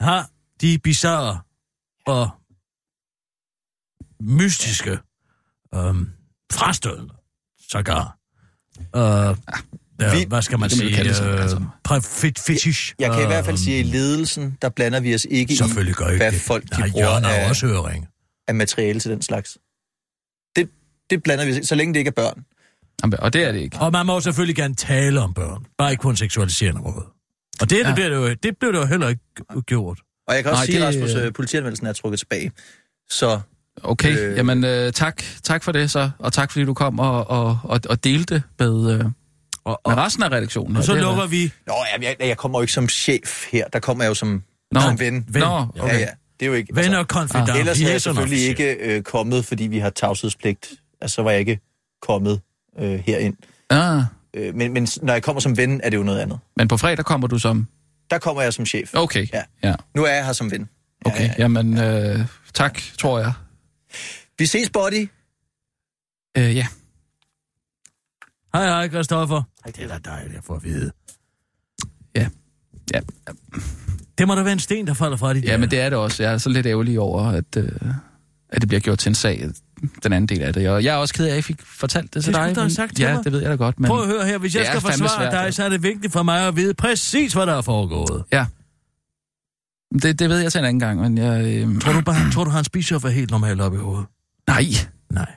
have de bizarre og mystiske øhm, frastød, sågar. Øh, øh,
Vi-
hvad skal man
det kan man
sige,
kalde
øh,
det sådan, altså.
præ- fe- fetish.
Jeg kan i
øh,
hvert fald sige,
Øhm,
at i ledelsen, der blander vi os ikke i,
Selvfølgelig gør jeg ikke
hvad
det.
folk de
Nej,
bruger
Jørgen har
af-
også høring.
af materiale til den slags. Det, det blander vi os i, så længe det ikke er børn.
Jamen, Og det er det ikke.
Og man må jo selvfølgelig gerne tale om børn, bare ikke på en seksualiserende måde. Og det, ja.
Ja.
det, blev det, jo, det blev det jo heller ikke gjort.
Og jeg kan også
Nej,
Nej, sige,
det-
at Rasmus, øh, politianmeldelsen er trukket tilbage. Så
Okay,
Øh.
øh... jamen øh, tak, tak for det så, og tak fordi du kom og, og, og, og delte det med, øh,
Og, og,
med resten af redaktionen.
og så
Det er-
lukker vi...
Nå, jamen, jeg, jeg kommer jo ikke som chef her. Der kommer jeg jo som,
Nå,
som ven.
ven.
Nå, okay.
Ja, ja. Det er jo ikke... altså,
Venner og konfidenter.
ellers
de
er jeg
sådan
selvfølgelig
officielle.
ikke øh, kommet, fordi vi har tavshedspligt. Altså, så var jeg ikke kommet øh, herind.
Ah,
Øh, men, men s- når jeg kommer som ven, er det jo noget andet.
men på fredag kommer du som...
Der kommer jeg som chef.
Okay,
Ja.
ja. ja.
Nu er jeg her som ven.
Okay, ja, jamen øh, tak, tror jeg.
Vi ses, buddy.
Øh, ja.
Hej, hej, Christoffer. Ej, det er da dejligt at få at vide.
Ja. Ja.
Det må da være en sten, der falder fra dit
ja, men det er det også. Jeg er så lidt ærgerlig over, at, øh, at det bliver gjort til en sag, den anden del af det. Og jeg er også ked af, at jeg fik fortalt det til
Det skulle
dig.
du have
men-
sagt til
ja,
mig.
det ved jeg da godt. Men...
Prøv at høre her, hvis jeg
Det er
skal
fandme
forsvare
svært,
dig,
det.
så er det vigtigt for mig at vide præcis, hvad der er foregået.
Ja. Det, det ved jeg til en anden gang, men jeg... Øh...
Tror du bare, tror du, han spiser for helt normalt op i hovedet?
Nej,
Nej.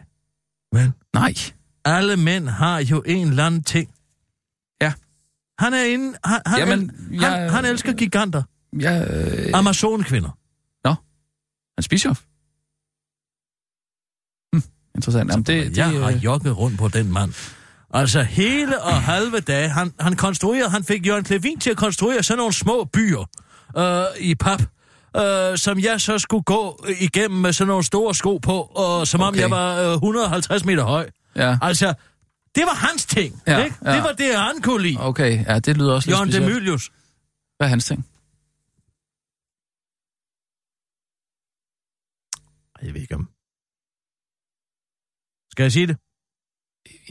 Men
nej.
alle mænd har jo en eller anden ting.
Ja.
Han er inde... Han, han, Jamen,
Jamen,
el-
jeg-
han, han elsker giganter.
Jeg, øh...
Amazonkvinder.
Han spiser jo. Hm, interessant. Jamen, det, det,
jeg har
øh,
jogget rundt på den mand. Altså hele og halve dage, han, han konstruerede, han fik Jørgen Klevin til at konstruere sådan nogle små byer øh, i pap, øh, som jeg så skulle gå igennem med sådan nogle store sko på, og som okay. om
Okay.
jeg var øh, 150 meter høj.
ja.
Altså, det var hans ting,
Ja,
ikke?
ja.
Det var det, han kunne lide.
Okay, ja, det lyder også lidt
Jørgen
specielt.
Demilius.
Hvad er hans ting?
Jeg ved ikke om... Skal jeg sige det?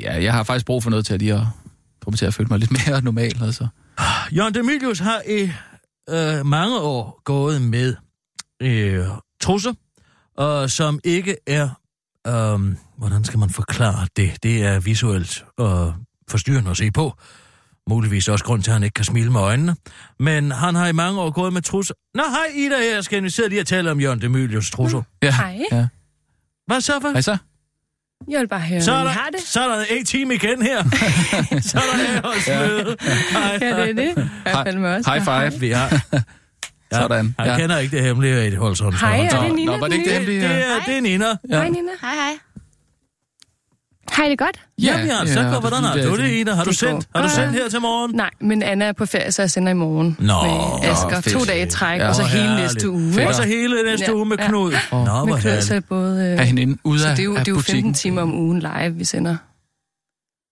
Ja, jeg har faktisk brug for noget til at lige at få mig til at føle mig lidt mere normal, altså.
Jørgen Demilius har i øh, mange år gået med øh, trusser, øh, som ikke er... Øh, hvordan skal man forklare det? Det er visuelt øh, forstyrrende at se på. Muligvis også grund til, at han ikke kan smile med øjnene. Men han har i mange år gået med trusser. Nå, hej Ida her. Jeg skal invitere lige at tale om Jørgen Demilius trusser.
Ja,
Hej.
Ja.
Hvad så, hvad?
Hej så.
Jeg vil bare høre,
Så er,
hvordan I Altså, har
der,
det.
så er der en time igen her. så er der æresmøde.
Ja, det er det. Jeg
Hej.
er fandme også.
High five.
Vi har... Ja,
Sådan,
Han
ja.
kender ikke det hemmelige i det holdsund.
Hej, er det øh? Nina?
Nå, var det ikke det
den nye?
hemmelige?
Det
Ja,
er, det er Nina.
Ja.
Hej, Nina.
Hej, hej.
Hej, det er godt?
Jamen, Jørgen, så
det
går, hvordan har
synes jeg,
du det, Ina? Har du
Det går
sendt, har du
godt.
sendt her til morgen?
Nej, men Anna er på ferie, så jeg sender i morgen.
Nå,
med Asger.
fedt.
To dage i træk,
Ja.
og så
Hvor
hele
herligt.
næste uge.
Fedt.
Og
ikke?
så hele næste
Ja.
uge med
Ja.
Knud. Nå, hvor
Med Knud, så
herligt.
er både... øh,
Have hende inde ude
Så
af,
det er jo,
af
det er jo
butikken.
15 timer om ugen live, vi sender.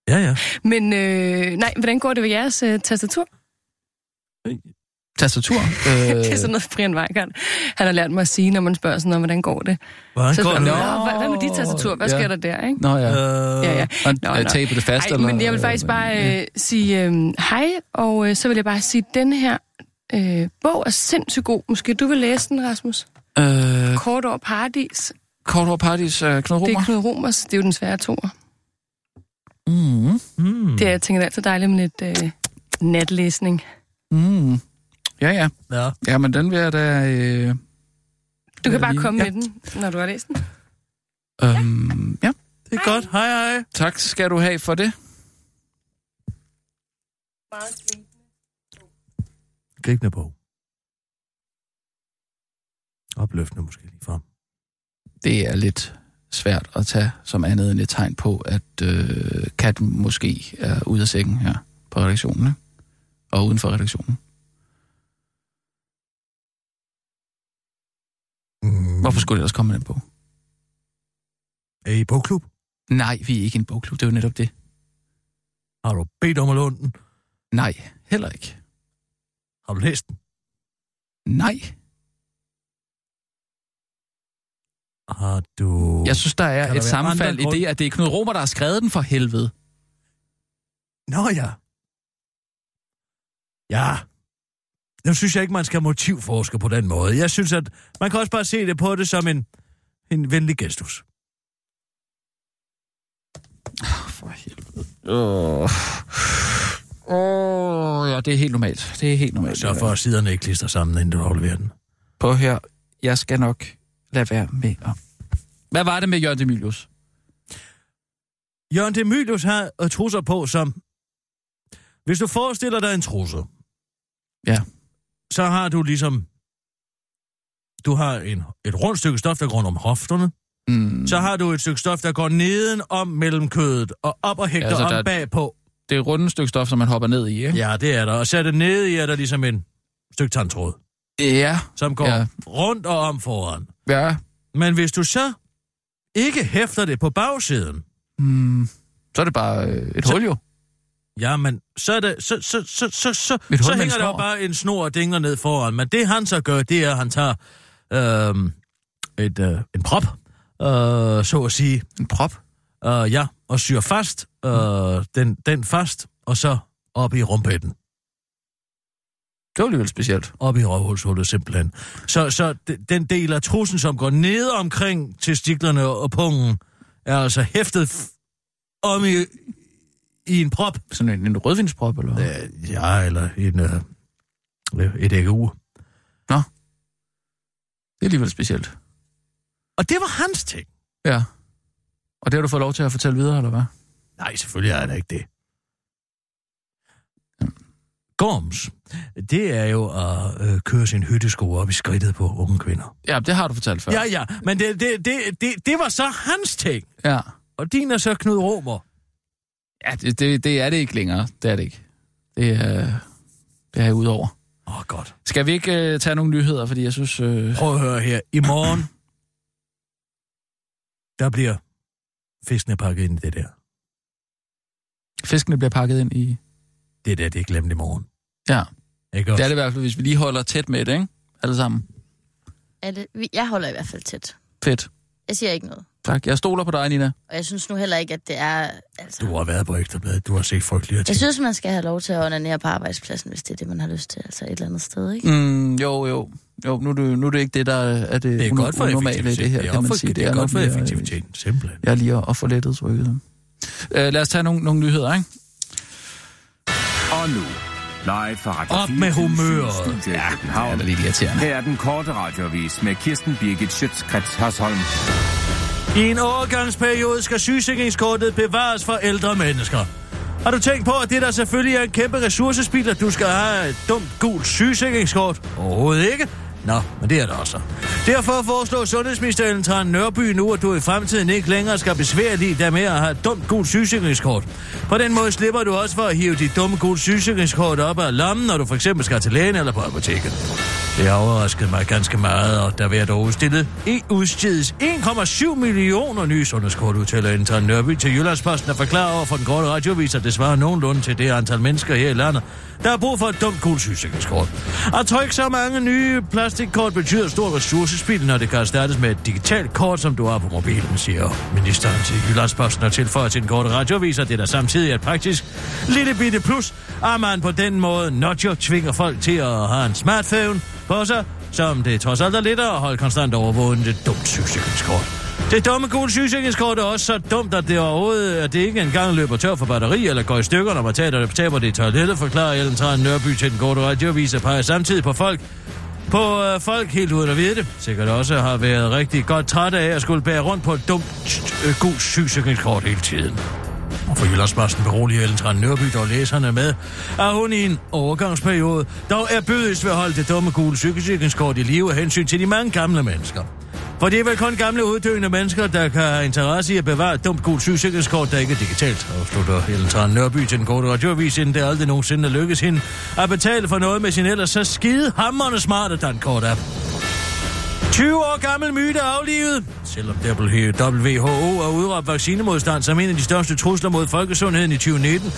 Ja, ja.
Men øh, nej, hvordan går det ved jeres øh, tastatur?
Tastatur.
Øh. Det er sådan noget, Brian Weigert, han har lært mig at sige, når man spørger sådan noget, hvordan går det?
Hvordan
Så
går
spørger
det?
man,
det?
"Nå, hvad, hvad med dit tastatur? Hvad
Ja.
sker der der, ikke?
Nå ja.
Øh,
Ja, ja.
Og
Nå,
øh,
nå.
tabe det fast,
Ej,
eller?
men jeg vil faktisk bare øh, sige øh, hej, og øh, så vil jeg bare sige, den her øh, bog er sindssygt god. Måske du vil læse den, Rasmus?
Øh,
Kort over paradis.
Kort over Paradis, øh, Knud
Det er
Romer.
Knud Romers. Det er jo den svære toer.
Mm.
Mm.
Det er, jeg tænker, det er altid dejligt med lidt øh, natlæsning.
Mm. Ja, ja.
Ja.
Ja, men den vil jeg da... Øh,
Du
Ja,
kan bare
lige-
komme
ja.
med den, når du har læst den.
øhm, ja.
Det er godt. Hej, hej.
Tak skal du have for det.
Gribende på. Opløftende måske lige frem.
Det er lidt svært at tage som andet end et tegn på, at øh, katten måske er ude af sækken her på redaktionen. ikke? Og uden for redaktionen.
Mm.
Hvorfor skulle det ellers komme med den bog?
Er I i bogklub?
Nej, vi er ikke en bogklub. Det er jo netop det.
Har du bedt om at låne den?
Nej, heller ikke.
Har du læst den?
Nej.
Har Ah, du...
Jeg synes, der er
Kan der
et
være
sammenfald
andre
i det,
grunde?
at det er Knud Romer, der har skrevet den for helvede.
Nå ja. Ja. Nu synes jeg ikke, man skal motivforske på den måde. Jeg synes, at man kan også bare se det på det som en, en venlig gestus.
For helvede. Oh. Åh, oh, ja, det er helt normalt. Det er helt normalt.
Så for at siderne ikke klister sammen, inden du afleverer den.
På her, jeg skal nok lade være med at... Hvad var det med Jørgen Demilius?
Jørgen Demilius har øh, trusser på, som... Hvis du forestiller dig en trusse,
Ja.
så har du ligesom... Du har en, et rundt stykke stof, der går rundt om hofterne.
Mm,
Så har du et stykke stof, der går neden om mellemkødet og op og hægter
Ja, så
ja, om
der er-
bagpå.
det er et rundt stykke stof, som man hopper ned i, ikke?
Ja, det er der. Og så det nede i, er der ligesom en stykke tandtråd,
Ja.
som går ja.
Ja.
rundt og om foran.
ja.
Men hvis du så ikke hæfter det på bagsiden,
Mm, så er det bare øh, et
Så-
hul jo.
jamen, så, er det, så, så, så, så, så,
Et hul
så
med en
hænger der jo
snor.
bare en snor og dingler ned foran. Men det han så gør, det er, at han tager øhm, et, øh, en prop, øh, så at sige,
En prop.
øh, ja, og syr fast, øh, den, den fast, og så op i rumpetten.
Det var alligevel specielt.
op i røvhulshullet simpelthen. Så, så d- den del af trussen, som går ned omkring testiklerne og pungen, er altså hæftet f- om i, i en prop.
Sådan en, en rødvinsprop, eller hvad?
Øh, Ja, eller en, øh, et æggeur.
Det er alligevel specielt.
Og det var hans ting.
Ja. Og det har du fået lov til at fortælle videre, eller hvad?
Nej, selvfølgelig er det ikke det. Gorms, det er jo at øh, køre sin hyttesko op i skridtet på unge kvinder.
Ja, det har du fortalt før.
Ja, ja, men det, det, det, det, det var så hans ting.
ja.
Og din er så Knud Romer.
ja det, det, det er det ikke længere. Det er det ikke. Det er, det er jeg udover.
Åh, oh, godt.
Skal vi ikke øh, tage nogle nyheder, fordi jeg synes... Øh,
Prøv at høre her. I morgen, der bliver fiskene pakket ind i det der.
fiskene bliver pakket ind i...
Det der, det er glemt i morgen.
Ja,
Ikke
det er
også?
det i hvert fald, hvis vi lige holder tæt med det, ikke? Alle sammen.
Er det, vi- jeg holder i hvert fald tæt.
Fedt.
Jeg siger ikke noget.
Tak. Jeg stoler på dig, Nina.
Og jeg synes nu heller ikke, at det er... Altså,
Du har været på Ekstrabladet, du har set frygtelige ting.
jeg synes, man skal have lov til at onanere på arbejdspladsen, hvis det er det, man har lyst til. Altså et eller andet sted, ikke?
Mm, jo, jo. Jo, nu er, det, nu er det ikke det, der er det,
Det er
uno-
godt for
unormale i
effektivitet.
det her,
det er,
kan
op
man
for,
sige.
det er, godt for
nok mere, øh,
effektiviteten, simpelthen.
Jeg er lige at, at få lettet trykket. Øh, lad os tage nogle, nogle nyheder, ikke?
Og nu, live fra Radio
Op med
24syv
humøret.
Studio i
Ja,
København.
det er lidt irriterende.
Her er den korte radiovis med Kirsten Birgit Schøtzgrads Hasholm.
I en overgangsperiode skal sygesikringskortet bevares for ældre mennesker. Har du tænkt på, at det der selvfølgelig er en kæmpe ressourcespild, at du skal have et dumt gult sygesikringskort? Overhovedet ikke. Nå, men det er det også. Derfor foreslår Sundhedsminister Ellen Tran Nørby nu, at du i fremtiden ikke længere skal besvære dig der med at have et dumt gult sygesikringskort. På den måde slipper du også for at hive dit dumme gult sygesikringskort op af lommen, når du for eksempel skal til lægen eller på apoteket. Det har overrasket mig ganske meget, og der hvert år udstillet i udstedes 1,7 millioner nye sundhedskort, udtaler Intern Nørby til Jyllandsposten og forklarer over for den korte radiovis, at det svarer nogenlunde til det antal mennesker her i landet, der har brug for et dumt kulsygesikringskort. At trykke så mange nye plastikkort betyder stor ressourcespild, når det kan erstattes med et digitalt kort, som du har på mobilen, siger ministeren til Jyllandsposten og tilføjer til den korte radiovis, og det der samtidig er et praktisk lille bitte plus, at man på den måde not jo tvinger folk til at have en smartphone på sig, som det trods alt er lettere at holde konstant overvågen et dumt sygesikringskort. Det dumme gule sygesikringskort er også så dumt, at det overhovedet at det ikke engang løber tør for batteri eller går i stykker, når man taber, taber det i toilettet, forklarer Ellen Tran Nørby til den korte radiovis og peger samtidig på folk, på øh, folk helt uden at vide det. Sikkert også har været rigtig godt træt af at skulle bære rundt på et dumt, øh, god sygesikringskort hele tiden. Og for Jyllandsposten beroliger Ellen Tran Nørby dog læserne med, at hun i en overgangsperiode dog er bødigst ved at holde det dumme gule sygesikringskort i live af hensyn til de mange gamle mennesker. For det er vel kun gamle uddøende mennesker, der kan have interesse i at bevare et dumt gult sygesikringskort, der ikke er digitalt, afslutter Ellen Tran Nørby til den korte radioavis, inden det aldrig nogensinde lykkes hende at betale for noget med sin ellers så skide hammerne smarte dankort app. 20 år gammel myte er aflivet. Selvom WHO har udråbt vaccinemodstand som en af de største trusler mod folkesundheden i 2019,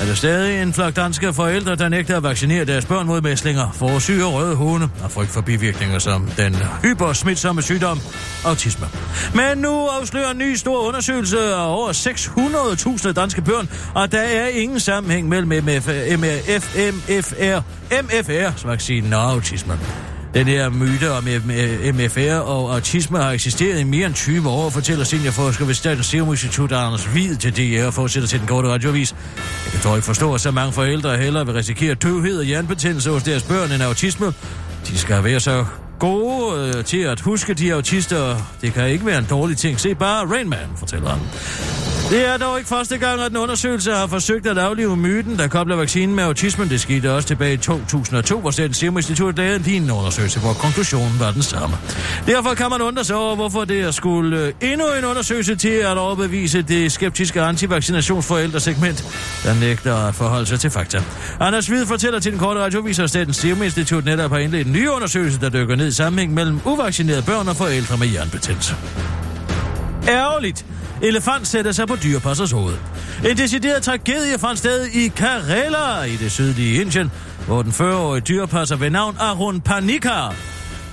er der stadig en flok danske forældre, der nægter at vaccinere deres børn mod mæslinger, forsyge og røde hunde og frygt for bivirkninger som den hypersmitsomme sygdom autisme. Men nu afslører en ny stor undersøgelse af over 600.000 danske børn, og der er ingen sammenhæng mellem MF, MF, MFR, MFR-vaccinen og autismen. Den her myte om M- MFR og autisme har eksisteret i mere end 20 år, fortæller seniorforsker ved Statens Serum Institut Anders Hvid til DR og fortsætter til den korte radiovis. Jeg kan dog ikke forstå, at så mange forældre hellere vil risikere døvhed og hjernebetændelse hos deres børn end autisme. De skal være så gode øh, til at huske de autister. Det kan ikke være en dårlig ting. Se bare Rain Man, fortæller han. Det er dog ikke første gang, at en undersøgelse har forsøgt at aflive myten, der kobler vaccinen med autismen. Det skete også tilbage i 2002, hvor Statens Serum Institut lavede en lignende undersøgelse, hvor konklusionen var den samme. Derfor kan man undre sig over, hvorfor det skulle øh, endnu en undersøgelse til at overbevise det skeptiske antivaccinationsforældresegment, der nægter at forholde sig til fakta. Anders Hvid fortæller til den korte radiovis, at Statens Serum Institut netop har indledt en ny undersøgelse, der dykker ned i sammenhæng mellem uvaccinerede børn og forældre med hjernebetændelse. Ærgerligt. Elefant sætter sig på dyrepassers hoved. En decideret tragedie fandt sted i Kerala i det sydlige Indien, hvor den 40-årige dyrepasser ved navn Arun Panikar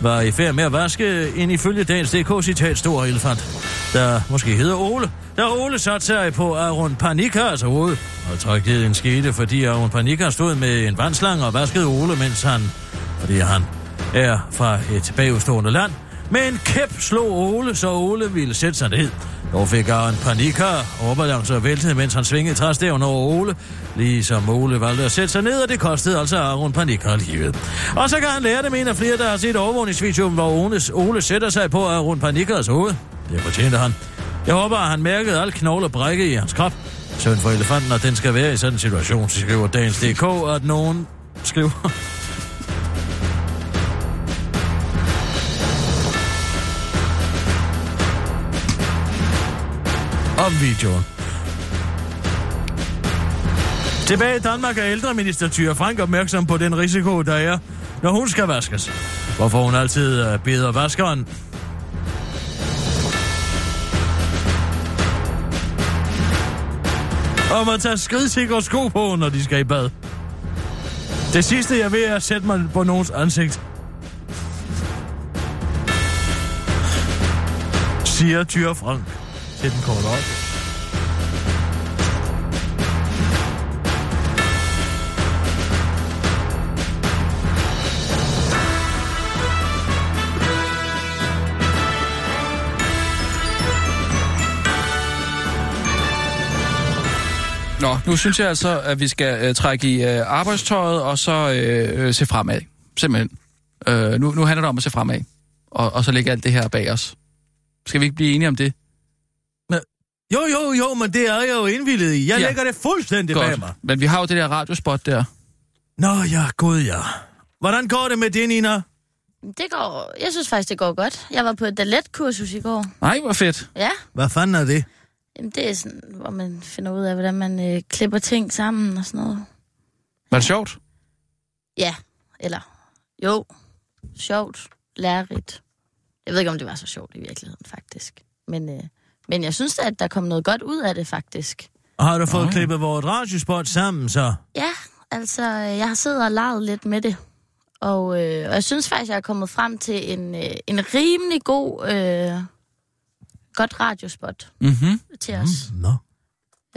var i færd med at vaske en ifølge dagens DK citat stor elefant, der måske hedder Ole. Da Ole satte sig på Arun Panikars hoved, og tragedien skete, fordi Arun Panikar stod med en vandslange og vaskede Ole, mens han, fordi han er fra et bagudstående land, med en kæp slog Ole, så Ole ville sætte sig ned. Dog fik Aaron panikker, overbalance og væltede, mens han svingede træstævn over Ole. Ligesom Ole valgte at sætte sig ned, og det kostede altså Aaron panikker livet. Og så kan han lære det, mener flere, der har set overvågningsvideoen, hvor Oles, Ole sætter sig på Aaron panikkers hoved. Det fortjente han. Jeg håber, at han mærkede alt knogle og brække i hans krop. Søn for elefanten, og den skal være i sådan en situation, skriver Dagens DK, og at nogen skriver... om videoen. Tilbage i Danmark er ældreminister Thyre Frank opmærksom på den risiko, der er, når hun skal vaskes. Hvorfor hun altid øh, beder vaskeren om at tage skridsikre sko på, når de skal i bad. Det sidste, jeg ved, er at sætte mig på nogens ansigt. Siger Thyre Frank til den korte øje.
Nå, nu synes jeg altså, at vi skal øh, trække i øh, arbejdstøjet og så øh, øh, se fremad. Simpelthen. Øh, nu, nu handler det om at se fremad. Og, og så lægge alt det her bag os. Skal vi ikke blive enige om det?
Jo, jo, jo, men det er jeg jo indvildet i. Jeg
Ja.
ja. lægger det fuldstændig Godt. bag mig.
Men vi har jo det der radiospot der.
Nå ja, gud ja. Hvordan går det med det, Nina?
Det går, jeg synes faktisk, det går godt. Jeg var på et daletkursus i går.
Nej, hvor fedt.
Ja,
Hvad fanden er det?
Jamen, det er sådan, hvor man finder ud af, hvordan man øh, klipper ting sammen og sådan noget.
Var det sjovt?
Ja, eller jo, sjovt, lærerigt. Jeg ved ikke, om det var så sjovt i virkeligheden, faktisk. Men, øh, men jeg synes da, at der kom noget godt ud af det, faktisk.
Har du fået klippet vores radiospot sammen, så?
Ja, altså, øh, jeg har siddet og leget lidt med det. Og, øh, og jeg synes faktisk, jeg er kommet frem til en, øh, en rimelig god, øh, godt radiospot
Mhm.
til os.
Nå.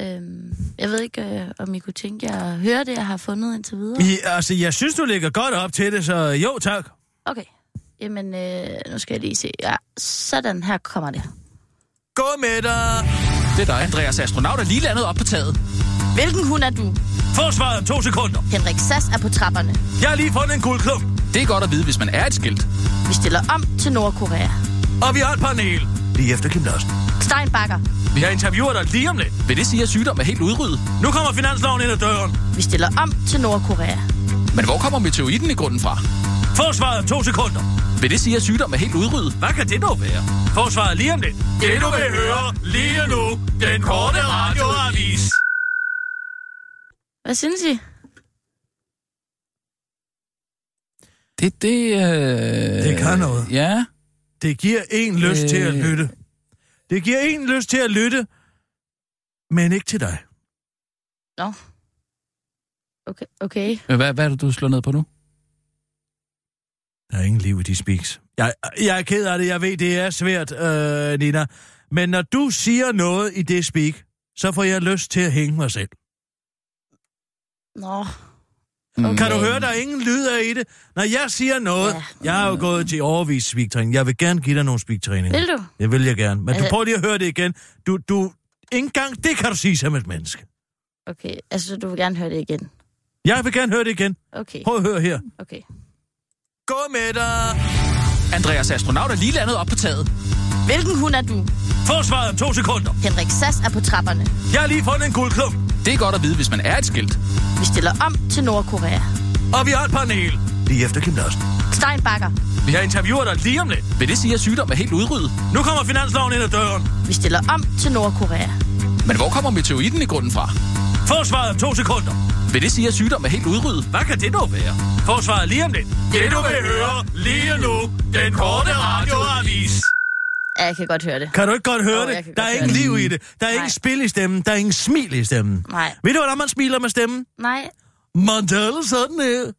Øhm, jeg ved ikke, øh, om I kunne tænke jer at høre det, jeg har fundet indtil videre.
I, altså, jeg synes, du ligger godt op til det, så jo tak.
Okay. Jamen, øh, nu skal jeg lige se. Ja, sådan, her kommer det.
Gå med dig!
Det er dig. Andreas astronaut er lige landet op på taget.
Hvilken hund er du?
Forsvaret, to sekunder.
Henrik Sass er på trapperne.
Jeg har lige fundet en guldklump,
Det er godt at vide, hvis man er et skilt.
Vi stiller om til Nordkorea.
og vi har et panel. Lige efter Kim Larsen.
Steinbakker.
Jeg interviewer dig lige om lidt.
Vil det sige, at sygdom er helt udryddet?
Nu kommer finansloven ind ad døren.
Vi stiller om til Nordkorea.
Men hvor kommer meteoritten i grunden fra?
Forsvaret, to sekunder.
Vil det sige, at sygdom er helt udryddet?
Hvad kan det dog være? Forsvaret lige om lidt. Det du vil høre lige nu. Den korte radioavis.
Hvad synes I?
Det, det, øh...
Det kan noget.
Ja.
Det giver en lyst øh... til at
Øh.
lytte. Det giver en lyst til at lytte, men ikke til dig.
Nå. Okay, okay.
Men Hvad, hvad er det, du slår ned på nu?
Der er ingen liv i de speaks. Jeg, jeg er ked af det, jeg ved, det er svært, øh, Nina. Men når du siger noget i det speak, så får jeg lyst til at hænge mig selv.
Nå.
Mm. Kan du høre, der er ingen lyd af i det? Når jeg siger noget, ja.
Ja.
jeg har jo gået til overvis speaktræning. Jeg vil gerne give dig nogle speaktræninger.
Vil du?
Det vil jeg gerne. Men du
Altså-
prøver lige at høre det igen. Du, du, ikke engang det kan du sige som et menneske.
Okay, altså du vil gerne høre det igen.
Jeg vil gerne høre det igen.
Okay,
Prøv at høre her.
okay.
Gå med dig!
Andreas astronaut er lige landet op på taget.
Hvilken hund er du?
Forsvaret om to sekunder.
Henrik Sass er på trapperne.
Jeg har lige fundet en guldklump,
Det er godt at vide, hvis man er et skilt.
Vi stiller om til Nordkorea.
og vi har et panel. Lige efter Kim Larsen.
Steinbakker.
Jeg interviewer dig lige om lidt.
Vil det sige, at sygdom er helt udryddet?
Nu kommer finansloven ind ad døren.
Vi stiller om til Nordkorea.
Men hvor kommer meteoritten i grunden fra?
Forsvaret om to sekunder.
Vil det sige, at sygdom er helt udryddet?
Hvad kan det nu være? Forsvaret lige om lidt. Det du vil høre lige nu. Den korte radioavis.
Ja, jeg kan godt høre det.
Kan du ikke godt høre
Jo,
det?
jeg kan
der er
godt
ingen
høre
liv i det. Der er
Nej.
ingen spil i stemmen. Der er ingen smil i stemmen.
Nej.
Ved du, hvordan man smiler med stemmen?
Nej,
Man taler sådan her.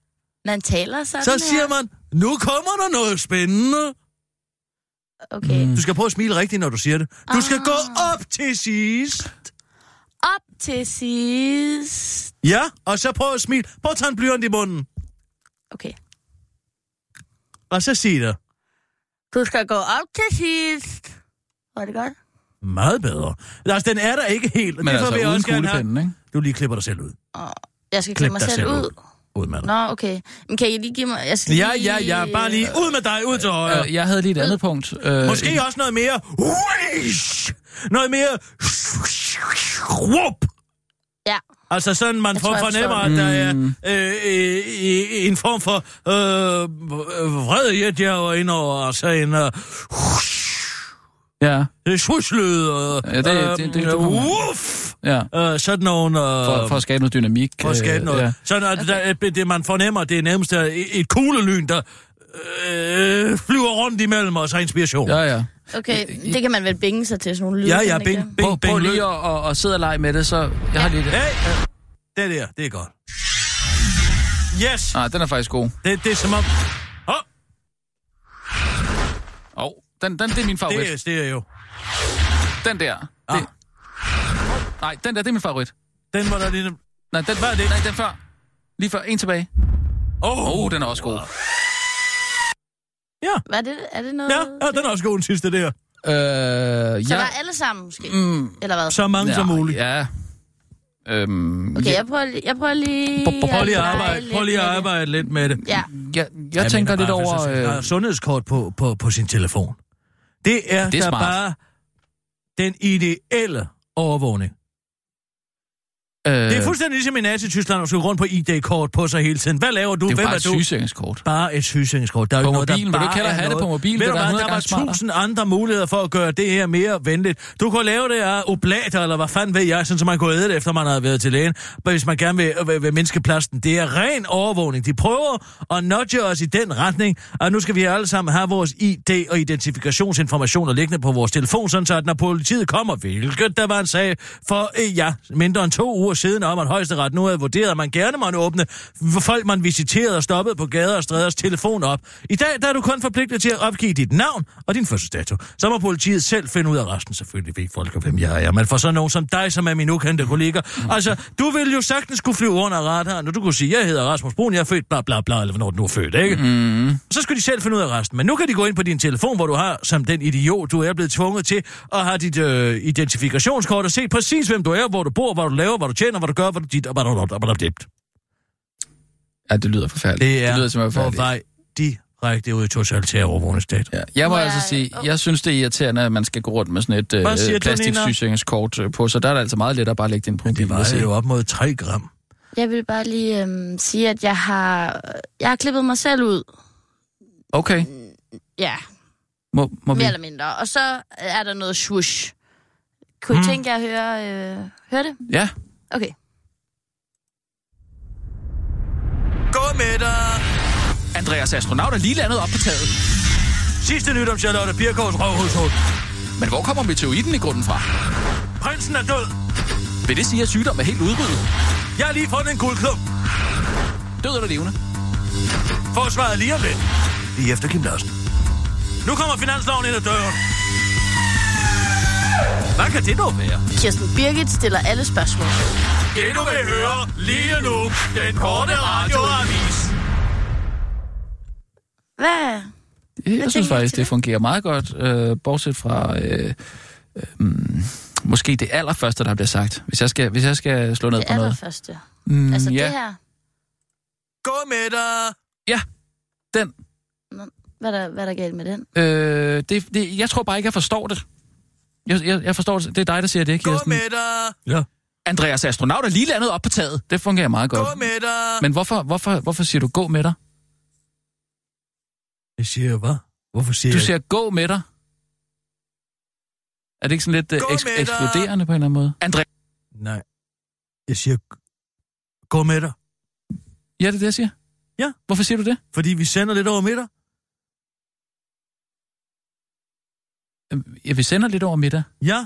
man taler sådan
Så siger
her.
man, nu kommer der noget spændende.
Okay.
Du skal prøve at smile rigtigt, når du siger det. Du skal gå
Ah.
op til sidst.
Op til sidst.
Ja, og så prøv at smile. Prøv at tage en blyant i munden.
Okay.
Og så sig det.
Du skal gå op til sidst. Var det godt?
Meget bedre. Altså, den er der ikke helt. og
Men
det får
altså,
vi
uden
også gerne have.
kuglepennen, ikke?
Du lige klipper dig selv ud.
Jeg skal
Klip
klemme mig
dig
selv
selv
ud.
Ud med dig.
Nå, okay. Men kan I lige give mig... Jeg skal
Ja,
lige...
ja, ja. Bare lige ud med dig, ud til højre.
Øh, jeg havde lige et andet punkt. Øh,
Måske også noget mere... Whish! Noget mere... Whoop!
Ja.
Altså sådan, man
Jeg
får
tror, jeg
fornemmer, at der
forstår
er
Mm.
øh, øh, øh, en form for øh, øh, vrede i, at jeg var inde over, altså en øh,
Ja,
øh, shuslyd, øh,
Ja, det- det- det- det kommer.
uff,
ja.
øh, sådan nogle... Øh,
For, for at skabe noget dynamik.
for at skabe noget.
Øh, ja.
Sådan at okay. der, det, man fornemmer, det er nærmest øh, et kuglelyn, der øh, flyver rundt imellem os af inspiration.
Ja, ja.
Okay, det kan man vel binge sig til, sådan nogle lyde.
Ja,
kan
ja,
man ikke
bing,
det?
Prøv,
bing,
prøv
bing,
lige
løg.
at, at, at sidde og lege med det, så jeg har lige det.
Hey, øh, det der, det er godt. Yes,
Ah.
Nej, den er faktisk god.
det, det er som om... Åh, oh,
Åh, oh, den, den, det er min
Ah,
favorit.
det er stereo.
Den der.
Ah.
Det. Nej, den der, det er min favorit.
Den var der lige...
Nej, den,
Hvad er det?
Nej, den før. Lige før. En tilbage.
Åh,
Åh, oh, den er også god.
Hvad er det? Er det noget...
Ja, ja, den er også god, den sidste der.
Øh,
Så
ja.
der er alle sammen, måske?
Mm,
Eller hvad?
Så mange som
nej,
muligt.
Ja. Øhm,
Okay,
ja,
jeg prøver, lige- jeg prøver lige...
Prøv lige at
lege
arbejde,
lidt
prøv lige at
med det.
arbejde lidt med det.
Ja,
jeg, jeg, jeg tænker lidt
mener bare,
over...
hvis jeg
Øh,
har sundhedskort på, på, på sin telefon. Det er,
Det er
da
smart.
bare den ideelle overvågning.
øh,
Det er fuldstændig ligesom i Nazi-Tyskland at skulle rundt på ID-kort på sig hele tiden. Hvad laver du?
det er
Hvem
jo bare
er
et
du?
sygesikringskort.
Bare et sygesikringskort. Der er
På
jo ikke
mobilen. Vil
noget,
du
der bare
ikke hellere
er
have det
noget.
på mobilen?
Ved
Det
du
er da
hvad,
100
der var
gange smartere.
tusind andre muligheder for at gøre det her mere venligt. Du kunne lave det af oblater, eller hvad fanden ved jeg, sådan, så man kunne æde det, efter man havde været til lægen. Men hvis man gerne vil, vil, vil mindske plasten, det er ren overvågning. De prøver at nudge os i den retning, og nu skal vi alle sammen have vores ID og identifikationsinformationer liggende på vores telefon, sådan så at når politiet kommer, hvilket der var en sag for, øh, ja, mindre end to uger siden, om at højesteret nu havde vurderet, at man gerne måtte åbne folk, man visiterede og stoppede på gader og stræders telefon op. I dag der er du kun forpligtet til at opgive dit navn og din fødselsdato. Så må politiet selv finde ud af resten, selvfølgelig ved folk, hvem jeg er. Men for sådan nogen som dig, som er min ukendte kollega, altså, du ville jo sagtens kunne flyve under radaren, og du kunne sige, jeg hedder Rasmus Brun, jeg er født bla bla bla, eller hvornår du nu er født, ikke? Så skal de selv finde ud af resten. Men nu kan de gå ind på din telefon, hvor du har, som den idiot, du er blevet tvunget til, at have dit øh, identifikationskort og se præcis, hvem du er, hvor du bor, hvad du laver, hvad du tjener, hvad du gør, hvad du dit, og hvad du hvad du- hvad du dit.
Ja, det lyder forfærdeligt.
Det er
det lyder simpelthen
på
forfærdeligt.
vej direkte ud i totalitære overvågningsstat.
Ja. Jeg må
Må
altså
jeg-
sige, jeg synes, det er irriterende, at man skal gå rundt med sådan et øh,
Hvad siger du,
plastiksygesikringskort øh, på, så der er det altså meget lettere bare at lægge din på en
Det
bil og
vejer
se.
jo op mod 3 gram.
jeg vil bare lige øhm, sige, at jeg har, jeg har klippet mig selv ud.
Okay,
Ja,
må, må vi?
mere eller mindre. Og så er der noget swoosh. Kunne I
Mm.
tænke jer at høre, øh, høre det?
Ja.
Okay.
Gå med dig!
Andreas astronaut er lige landet op på taget.
Sidste nyt om Charlotte Birkovs røvhulshul.
Men hvor kommer meteoritten i grunden fra?
Prinsen er død.
Vil det sige, at sygdom er helt udryddet?
Jeg har lige fundet en guldklump.
Død eller levende?
Forsvaret lige om lidt. Lige efter Kim Larsen. Nu kommer finansloven ind ad døren. Hvad kan det dog være?
Kirsten Birgit stiller alle spørgsmål.
Det du vil høre lige nu, den korte radioavis.
Hvad?
Jeg synes
tænker I
faktisk,
til
det fungerer meget godt, øh, bortset fra øh, øh, mm, måske det allerførste, der bliver sagt. Hvis jeg skal, hvis jeg skal slå ned
Det
på noget.
allerførste.
Mm,
Altså
ja,
det her.
Gå med dig.
den.
Hvad er der, hvad er der galt med den?
Øh, det, det, jeg tror bare ikke, jeg forstår det. Jeg, jeg, jeg forstår det. Det er dig, der siger det,
Gå
Kirsten.
med dig. Ja.
Andreas astronaut er lige landet op på taget. Det fungerer meget
Gå
godt.
med dig.
Men hvorfor, hvorfor, hvorfor siger du gå med dig?
Jeg siger hvad? Hvorfor siger
Du
jeg?
siger gå med dig. Er det ikke sådan lidt øh,
Gå
eks-
med dig!
eksploderende på en eller anden måde? Andreas.
Nej. Jeg siger, gå med dig.
Ja, det er det, jeg siger.
Ja.
Hvorfor siger du det?
Fordi vi sender lidt over middag.
Øhm, Ja, vi sender lidt over middag,
Ja.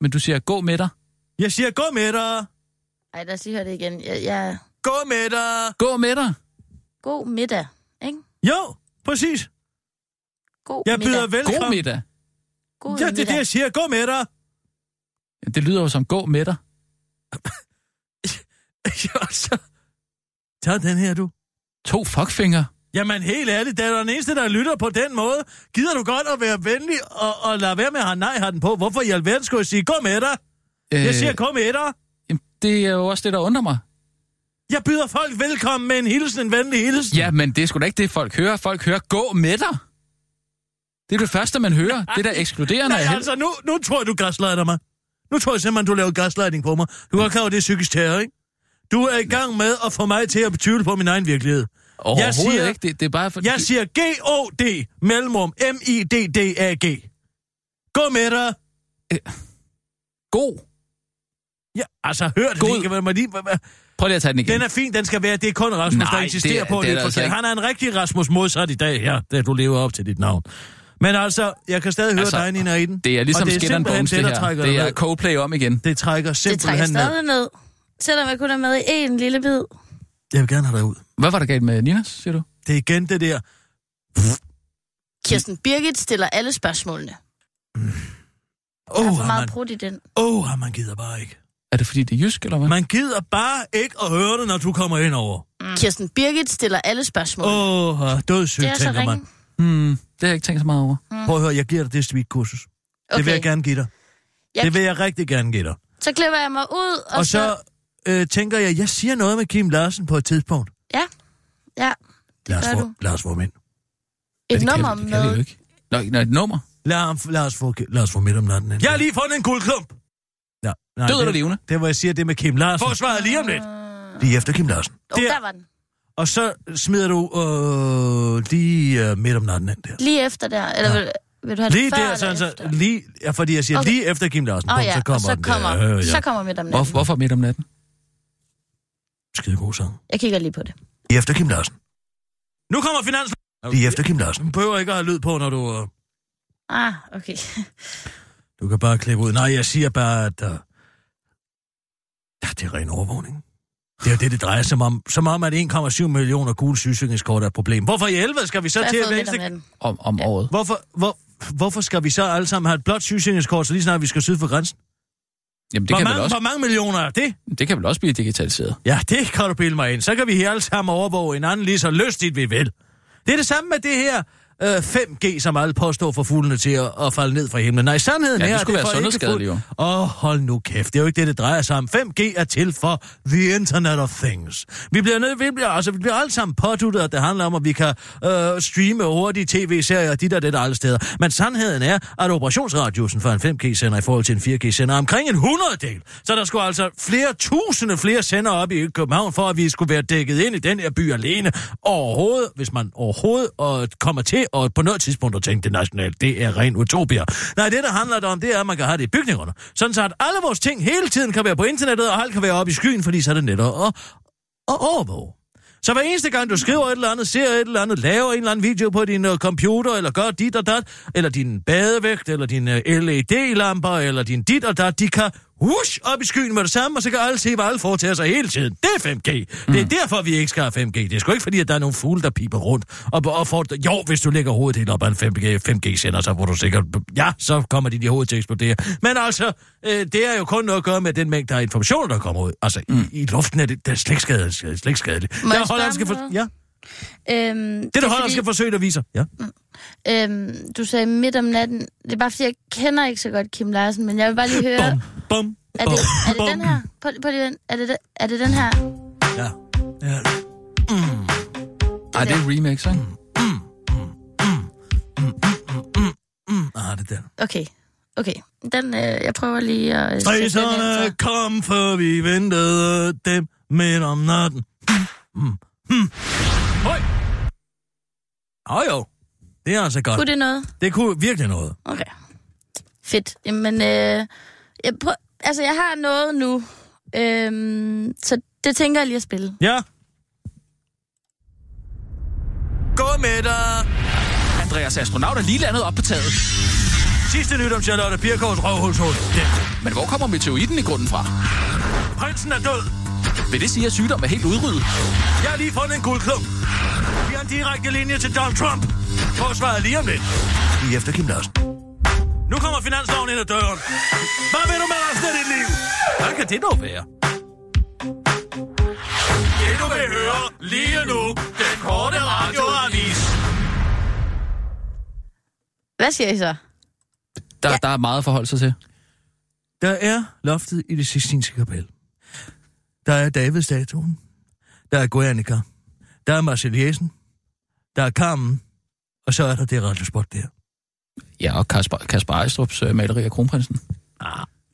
men du siger gå med dig.
Jeg siger, gå med dig.
Ej, lad os lige høre det igen. Jeg, jeg er
Gå med dig.
Gå med dig.
god middag, ikke?
Jo, præcis.
God
Jeg byder
middag.
Gå
velkommen.
med dig.
God
Ja,
middag.
det er det, jeg siger. Gå med dig.
Ja, Det lyder jo som gå med dig.
Ja, så... Tag den her, du.
To fuckfinger.
Jamen, helt ærligt, det er der den eneste, der lytter på den måde. Gider du godt at være venlig og, og lade være med at have nej har den på? Hvorfor i alverden skulle jeg sige, gå med dig? Jeg siger, gå med dig.
Øh, Jamen, det er jo også det, der undrer mig.
Jeg byder folk velkommen med en hilsen, en venlig hilsen.
Ja, men det er sgu da ikke det, folk hører. Folk hører gå med dig. Det er det første, man hører. Det der ekskluderende
nej,
er hel-
altså, nu, nu tror jeg, du gaslighter mig. Nu tror jeg simpelthen, du laver gaslighting på mig. Du har klar over, det er psykisk terror, ikke? Du er i gang med at få mig til at tvivle på min egen virkelighed.
Overhovedet
siger-
ikke. Det, det er bare for...
Jeg siger G-O-D, mellemrum, M-I-D-D-A-G. Gå med dig.
God.
Ja, altså, hør det
God.
lige. Kan man lige hva- hva-
Prøv lige at tage den igen.
Den er fin, den skal være. Det er kun Rasmus,
Nej,
der insisterer
det er-
på, at
det
det
er
er
der altså
forkert.
ikke.
Han er en rigtig Rasmus modsat i dag, ja, da du lever op til dit navn. Men altså, jeg kan stadig høre
Altså,
altså, dig, Nina, i den.
Det er ligesom
Og det er
Skinner
simpelthen
Bones, det
det, der
her.
trækker
Det
dig
er
ned.
Coldplay om igen.
Det trækker
Det trækker
simpelthen ned.
stadig ned. Selvom jeg kun er med i en lille bid.
øh, Jeg vil gerne have dig ud.
Hvad var der galt med Ninas, siger du?
Det er igen det der.
Kirsten Birgit stiller alle spørgsmålene. Der er
Åh,
for
oh,
meget
man,
brudt i den.
oh, man gider bare ikke.
Er det fordi, det er jysk, eller hvad?
Man gider bare ikke at høre det, når du kommer ind over.
Kirsten Birgit stiller alle spørgsmålene.
Åh, oh, dødssygt,
det er så
tænker man.
ringe.
Hmm, det har jeg ikke tænkt så meget over.
Prøv at høre, jeg giver dig det sweet-kursus. Okay. Det vil jeg gerne give dig.
Jeg-
Det vil jeg rigtig gerne give dig.
Så klipper jeg mig ud, og,
Og så øh, tænker jeg, jeg siger noget med Kim Larsen på et tidspunkt.
Ja,
Lars,
gør
få,
du.
Lars få ind.
et nummer
det
med...
Kan vi jo ikke. Nå, nej, et nummer.
Lad, ham, lad, os få, lad os få midt om natten. ind. Jeg har lige fundet en guldklump. Ja, nej,
Død eller
det,
levende.
det, hvor jeg siger det med Kim Larsen. Forsvaret lige om lidt.
Ah.
Lige efter Kim Larsen.
Oh,
Der.
der var den.
Og så smider du øh, lige øh, midt om natten ind der.
Lige efter der. Eller vil, vil du have
Lige
det før
der, sådan
eller
så,
efter?
lige, ja, fordi jeg siger,
Okay.
okay. lige efter Kim Larsen,
Åh
bum,
oh, ja,
så kommer
og så
den
kommer,
der. Øh, ja.
så kommer midt om
Hvor,
natten.
hvorfor midt om natten?
Skide god sang.
Jeg kigger lige på det.
Lige efter Kim Larsen. Nu kommer finans... Okay. Lige efter Kim Larsen. Du behøver ikke at have lyd på, når du... Øh,
Ah, okay.
du kan bare klippe ud. Nej, jeg siger bare, at... Øh, ja, det er ren overvågning. Det er jo det, det drejer sig om. Som om, at 1,7 millioner gule sygesikringskort er et problem. Hvorfor i helvede skal vi så
Så har
til
jeg
at
fået midt om
venstre...
natten.
Om, om året.
Hvorfor, hvor, hvorfor skal vi så alle sammen have et blåt sygesikringskort, så lige snart vi skal syd for grænsen?
Jamen, det
Hvor
kan,
mange,
vel også,
hvor mange millioner er det?
det kan vel også blive digitaliseret.
Ja, det kan du bilde mig ind. Så kan vi her alle sammen overvåge hinanden lige så lystigt vi vil. Det er det samme med det her øh, 5G, som alle påstår for fuglene til at, at falde ned fra himlen. Nej, sandheden
Ja, det
er... at
skulle
er
være
for ikke
sundhedsskadeligt,
fuld- Åh, oh, hold nu kæft. Det er jo ikke det, det drejer sig om. 5G er til for the Internet of Things. Vi bliver, nød, vi bliver, altså, vi bliver alle sammen påduttet, at det handler om, at vi kan øh, streame hurtige tv-serier og dit og det der alle steder. Men sandheden er, at operationsradiusen for en 5G-sender i forhold til en 4G-sender er omkring en hundreddel. Så der skulle altså flere tusinde flere sender op i København, for at vi skulle være dækket ind i den her by alene. Overhovedet, hvis man overhovedet og kommer til og på noget tidspunkt at tænke det nationalt, det er ren utopia. Nej, det der handler det om, det er, at man kan have det i bygningerne. Sådan så, at alle vores ting hele tiden kan være på internettet, og alt kan være oppe i skyen, fordi så er det netop at, at overvåge. Så hver eneste gang, du skriver et eller andet, ser et eller andet, laver en eller anden video på din uh, computer, eller gør øh, E dit og dat, eller din badevægt, eller din uh, LED-lamper, eller din dit og dat, de kan Whoosh, op i skyen med det samme, og så kan alle se, hvad alle foretager sig hele tiden. Det er 5G. Det er derfor, vi ikke skal have 5G. Det er sgu ikke fordi, at der er nogle fugle, der piper rundt. Og, og får, jo, hvis du lægger hovedet helt op ad en 5G, 5G-sender, så får du sikkert... Ja, så kommer dit hoved til at eksplodere. Men altså, øh, det er jo kun noget at gøre med den mængde af informationer, der kommer ud. Altså, mm. i, i, luften er det, det er slet ikke skadeligt. Slet ikke skadeligt.
Må jeg
Der
spørge om
hollandske for,
noget?
ja,
Øhm, det
det, der
er
hollandske forsøg, der viser. Ja.
Øhm, du sagde midt om natten. Det er bare, fordi jeg kender ikke så godt Kim Larsen, men jeg vil bare lige høre...
Bum, bum,
Er det, er
bum,
det den her? På, på den, er, det, den- er det den her?
Ja. ja.
Ej, det er en remix, ikke?
Ah, det er den.
Okay, okay. Den, øh, jeg prøver lige at... øh, sætte den ind, så.
Stresserne kom, for vi ventede dem midt om natten. Mm, mm, mm. Høj! Nå jo, det er altså godt.
Kunne det noget?
Det kunne virkelig noget.
Okay. Fedt. Jamen, øh, jeg prøv, altså, jeg har noget nu, øhm, så det tænker jeg lige at spille.
Ja. Gå med dig!
Andreas astronaut er lige landet op på taget.
Sidste nyt om Charlotte Birkovs røvhulshul. Den.
Men hvor kommer meteoriten i grunden fra?
Prinsen er død.
Vil det sige, at sygdommen er helt udryddet?
Jeg har lige fundet en guldklump. Vi har en direkte linje til Donald Trump. Forsvaret lige om lidt. Lige efter Kim Larsen. Nu kommer finansloven ind ad døren. Hvad vil du med resten af dit liv? Hvad kan det nu være? Det du vil høre lige nu, den korte radioavis.
Hvad siger I så?
Der, ja. der er meget forhold sig til.
Der er loftet i det Sistinske kapel. Der er David-statuen. Der er Guernica. Der er Marseillesen. Der er Carmen. Og så er der det radiospot der.
Ja, og Kasper, Kasper Ejstrup's øh, maleri af kronprinsen.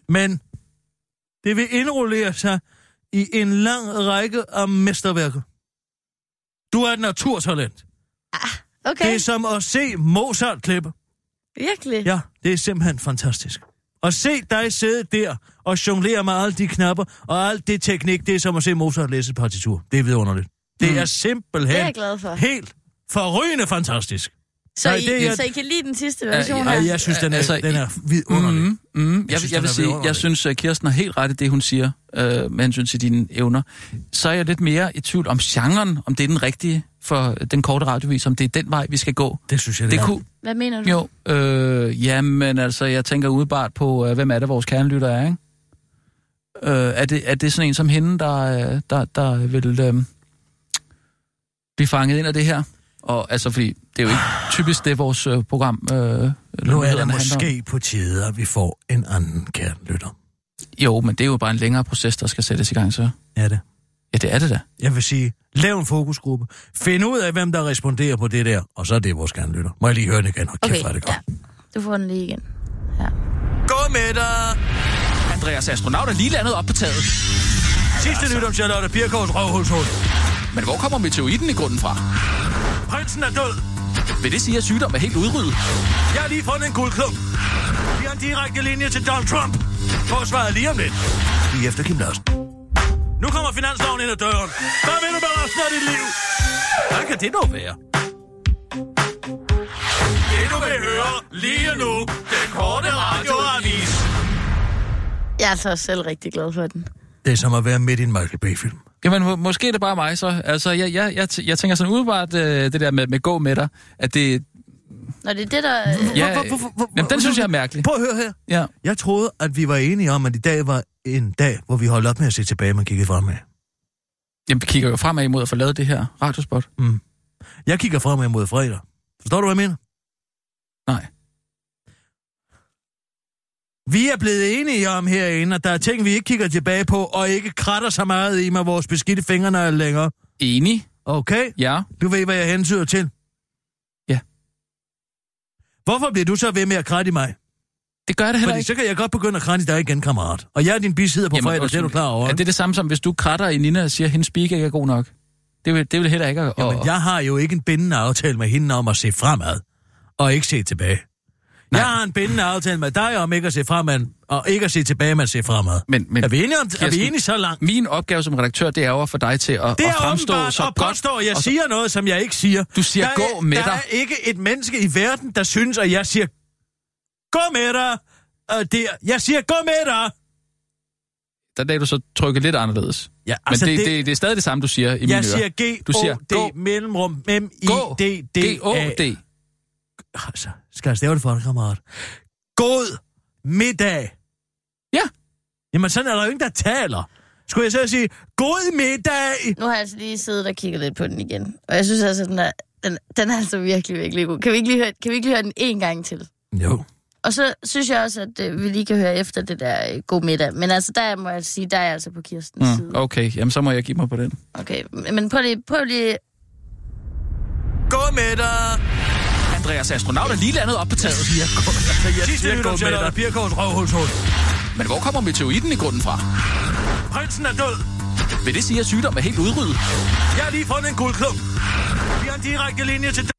Men det vil indrullere sig i en lang række af mesterværker. Du er et naturtalent.
Okay,
Okay. Det er som at se Mozart klippe.
virkelig.
Ja, det er simpelthen fantastisk. At se dig sidde der og jonglere med alle de knapper og alt det teknik, det er som at se Mozart læse et partitur. Det er vidunderligt. Det er simpelthen
Mm. Det er jeg glad for.
helt forrygende fantastisk.
Så,
Nej,
I,
det er jeg-
så I kan lide den sidste version
Ej,
her?
jeg synes, den er,
Altså,
den er vidunderlig.
Mm, mm. Jeg, jeg,
synes,
synes, jeg
den
vil
er
sige,
vidunderlig.
jeg synes, at Kirsten har helt ret i det, hun siger, øh, med hensyn til dine evner. Så er jeg lidt mere i tvivl om genren, om det er den rigtige for den korte radiovis, om det er den vej, vi skal gå.
Det synes jeg,
Det
er.
kunne,
Hvad mener du?
jo, øh, jamen altså, jeg tænker udebart på, øh, hvem er det, vores kernelytter er, ikke? Øh, er, det, er det sådan en som hende, der, øh, der, der vil øh, blive fanget ind af det her? Og altså, fordi det er jo ikke typisk det, vores øh, program... Øh,
Nu er det
nyhederne handler om.
måske på tide, at vi får en anden kernlytter.
Jo, men det er jo bare en længere proces, der skal sættes i gang, så.
Er det?
Ja, det er det da.
Jeg vil sige, lav en fokusgruppe. Find ud af, hvem der responderer på det der, og så er det vores kernlytter. Må jeg lige høre den igen? Og kæft,
Okay,
okay, er det godt.
ja. Du får den lige igen. Ja.
Gå med dig!
Andreas astronaut er lige landet op på taget.
Sidste nyt om Charlotte Birkovs røvhulshul.
Men hvor kommer meteoriten i grunden fra?
Prinsen er død.
Vil det sige, at sygdommen er helt udryddet?
Jeg har lige fundet en guldklump. Vi har en direkte linje til Donald Trump. Forsvaret lige om lidt. Lige efter Kim Larsen. Nu kommer finansloven ind ad døren. Hvad vil du med resten af dit liv? Hvad kan det nu være? Det du vil høre lige nu, den korte radioavis.
Jeg er altså også selv rigtig glad for den.
Det er som at være midt i en Michael Bay-film.
Jamen, må, måske er det bare mig så. Altså, jeg, jeg, jeg, t- jeg tænker sådan udebart øh, det der med, med gå med dig, at det...
Nå, det er det, der... Øh,
Ja, øh, jamen, den synes jeg er mærkelig.
Prøv at høre her.
Ja.
Jeg troede, at vi var enige om, at i dag var en dag, hvor vi holdt op med at se tilbage, man kiggede fremad.
Jamen, vi kigger jo fremad imod at få lavet det her radiospot.
Jeg kigger fremad mod fredag. Forstår du, hvad jeg mener?
Nej.
Vi er blevet enige om herinde, at der er ting, vi ikke kigger tilbage på, og ikke kratter så meget i med vores beskidte fingre længere.
Enig?
Okay?
Ja.
Du ved, hvad jeg hensyder til.
Ja.
Hvorfor bliver du så ved med at kratte i mig?
Det gør det heller
Fordi
ikke.
så kan jeg godt begynde at kratte i dig igen, kammerat. Og jeg er din bisidder på fredag, det er
undskyld.
du klar over.
Er
ikke?
det det samme som, hvis du kratter i Nina og siger, at hendes speak ikke er god nok? Det vil, det vil heller ikke... at-
Jamen, jeg har jo ikke en bindende aftale med hende om at se fremad, og ikke se tilbage. Nej. Jeg har en bindende aftale med dig om ikke at se fremad, og ikke at se tilbage, men se fremad.
Men- men-
er vi enige om det? Er vi
Kirsten,
enige så langt?
Min opgave som redaktør, det er jo at få dig til at,
Det
at
er
fremstå
åbenbart
så
at
godt.
påstå, at jeg
og så-
siger noget, som jeg ikke siger.
Du siger,
der er,
"Gå med
der
dig."
er ikke et menneske i verden, der synes, at jeg siger, gå med dig. Og det, er- jeg siger, gå med dig.
der lagde du så trykket lidt anderledes.
Ja,
Men altså det, det, det, er stadig det samme, du siger i mine
jeg siger
ører.
G,
Du siger gå.
D, mellemrum, M, I,
Gå.
D, D, A.
G-O-D.
Altså, skal jeg stave det for dig, kammerat? God middag.
Ja.
Jamen, sådan er der jo ingen, der taler. Skulle jeg så sige, god middag.
Nu har jeg altså lige siddet og kigget lidt på den igen. Og jeg synes altså, den er, den, den er altså virkelig, virkelig god. Kan vi ikke lige høre, kan vi ikke lige høre den en gang til?
Jo.
Og så synes jeg også, at øh, vi lige kan høre efter det der øh, god middag. Men altså, der må jeg sige, der er jeg altså på Kirstens mm. side.
Mm, okay, jamen så må jeg give mig på den.
Okay, men prøv lige, prøv lige
God middag.
Andreas Astronaut er lige landet op på taget. Siger,
Jeg Sidste
siger
nyt
god
om Sjælland
middag.
og Pirkovs røvhulshul.
Men hvor kommer meteoritten i grunden fra?
Prinsen er død.
Vil det sige, at sygdommen er helt udryddet?
Jeg har lige fundet en guldklump. Vi har en direkte linje til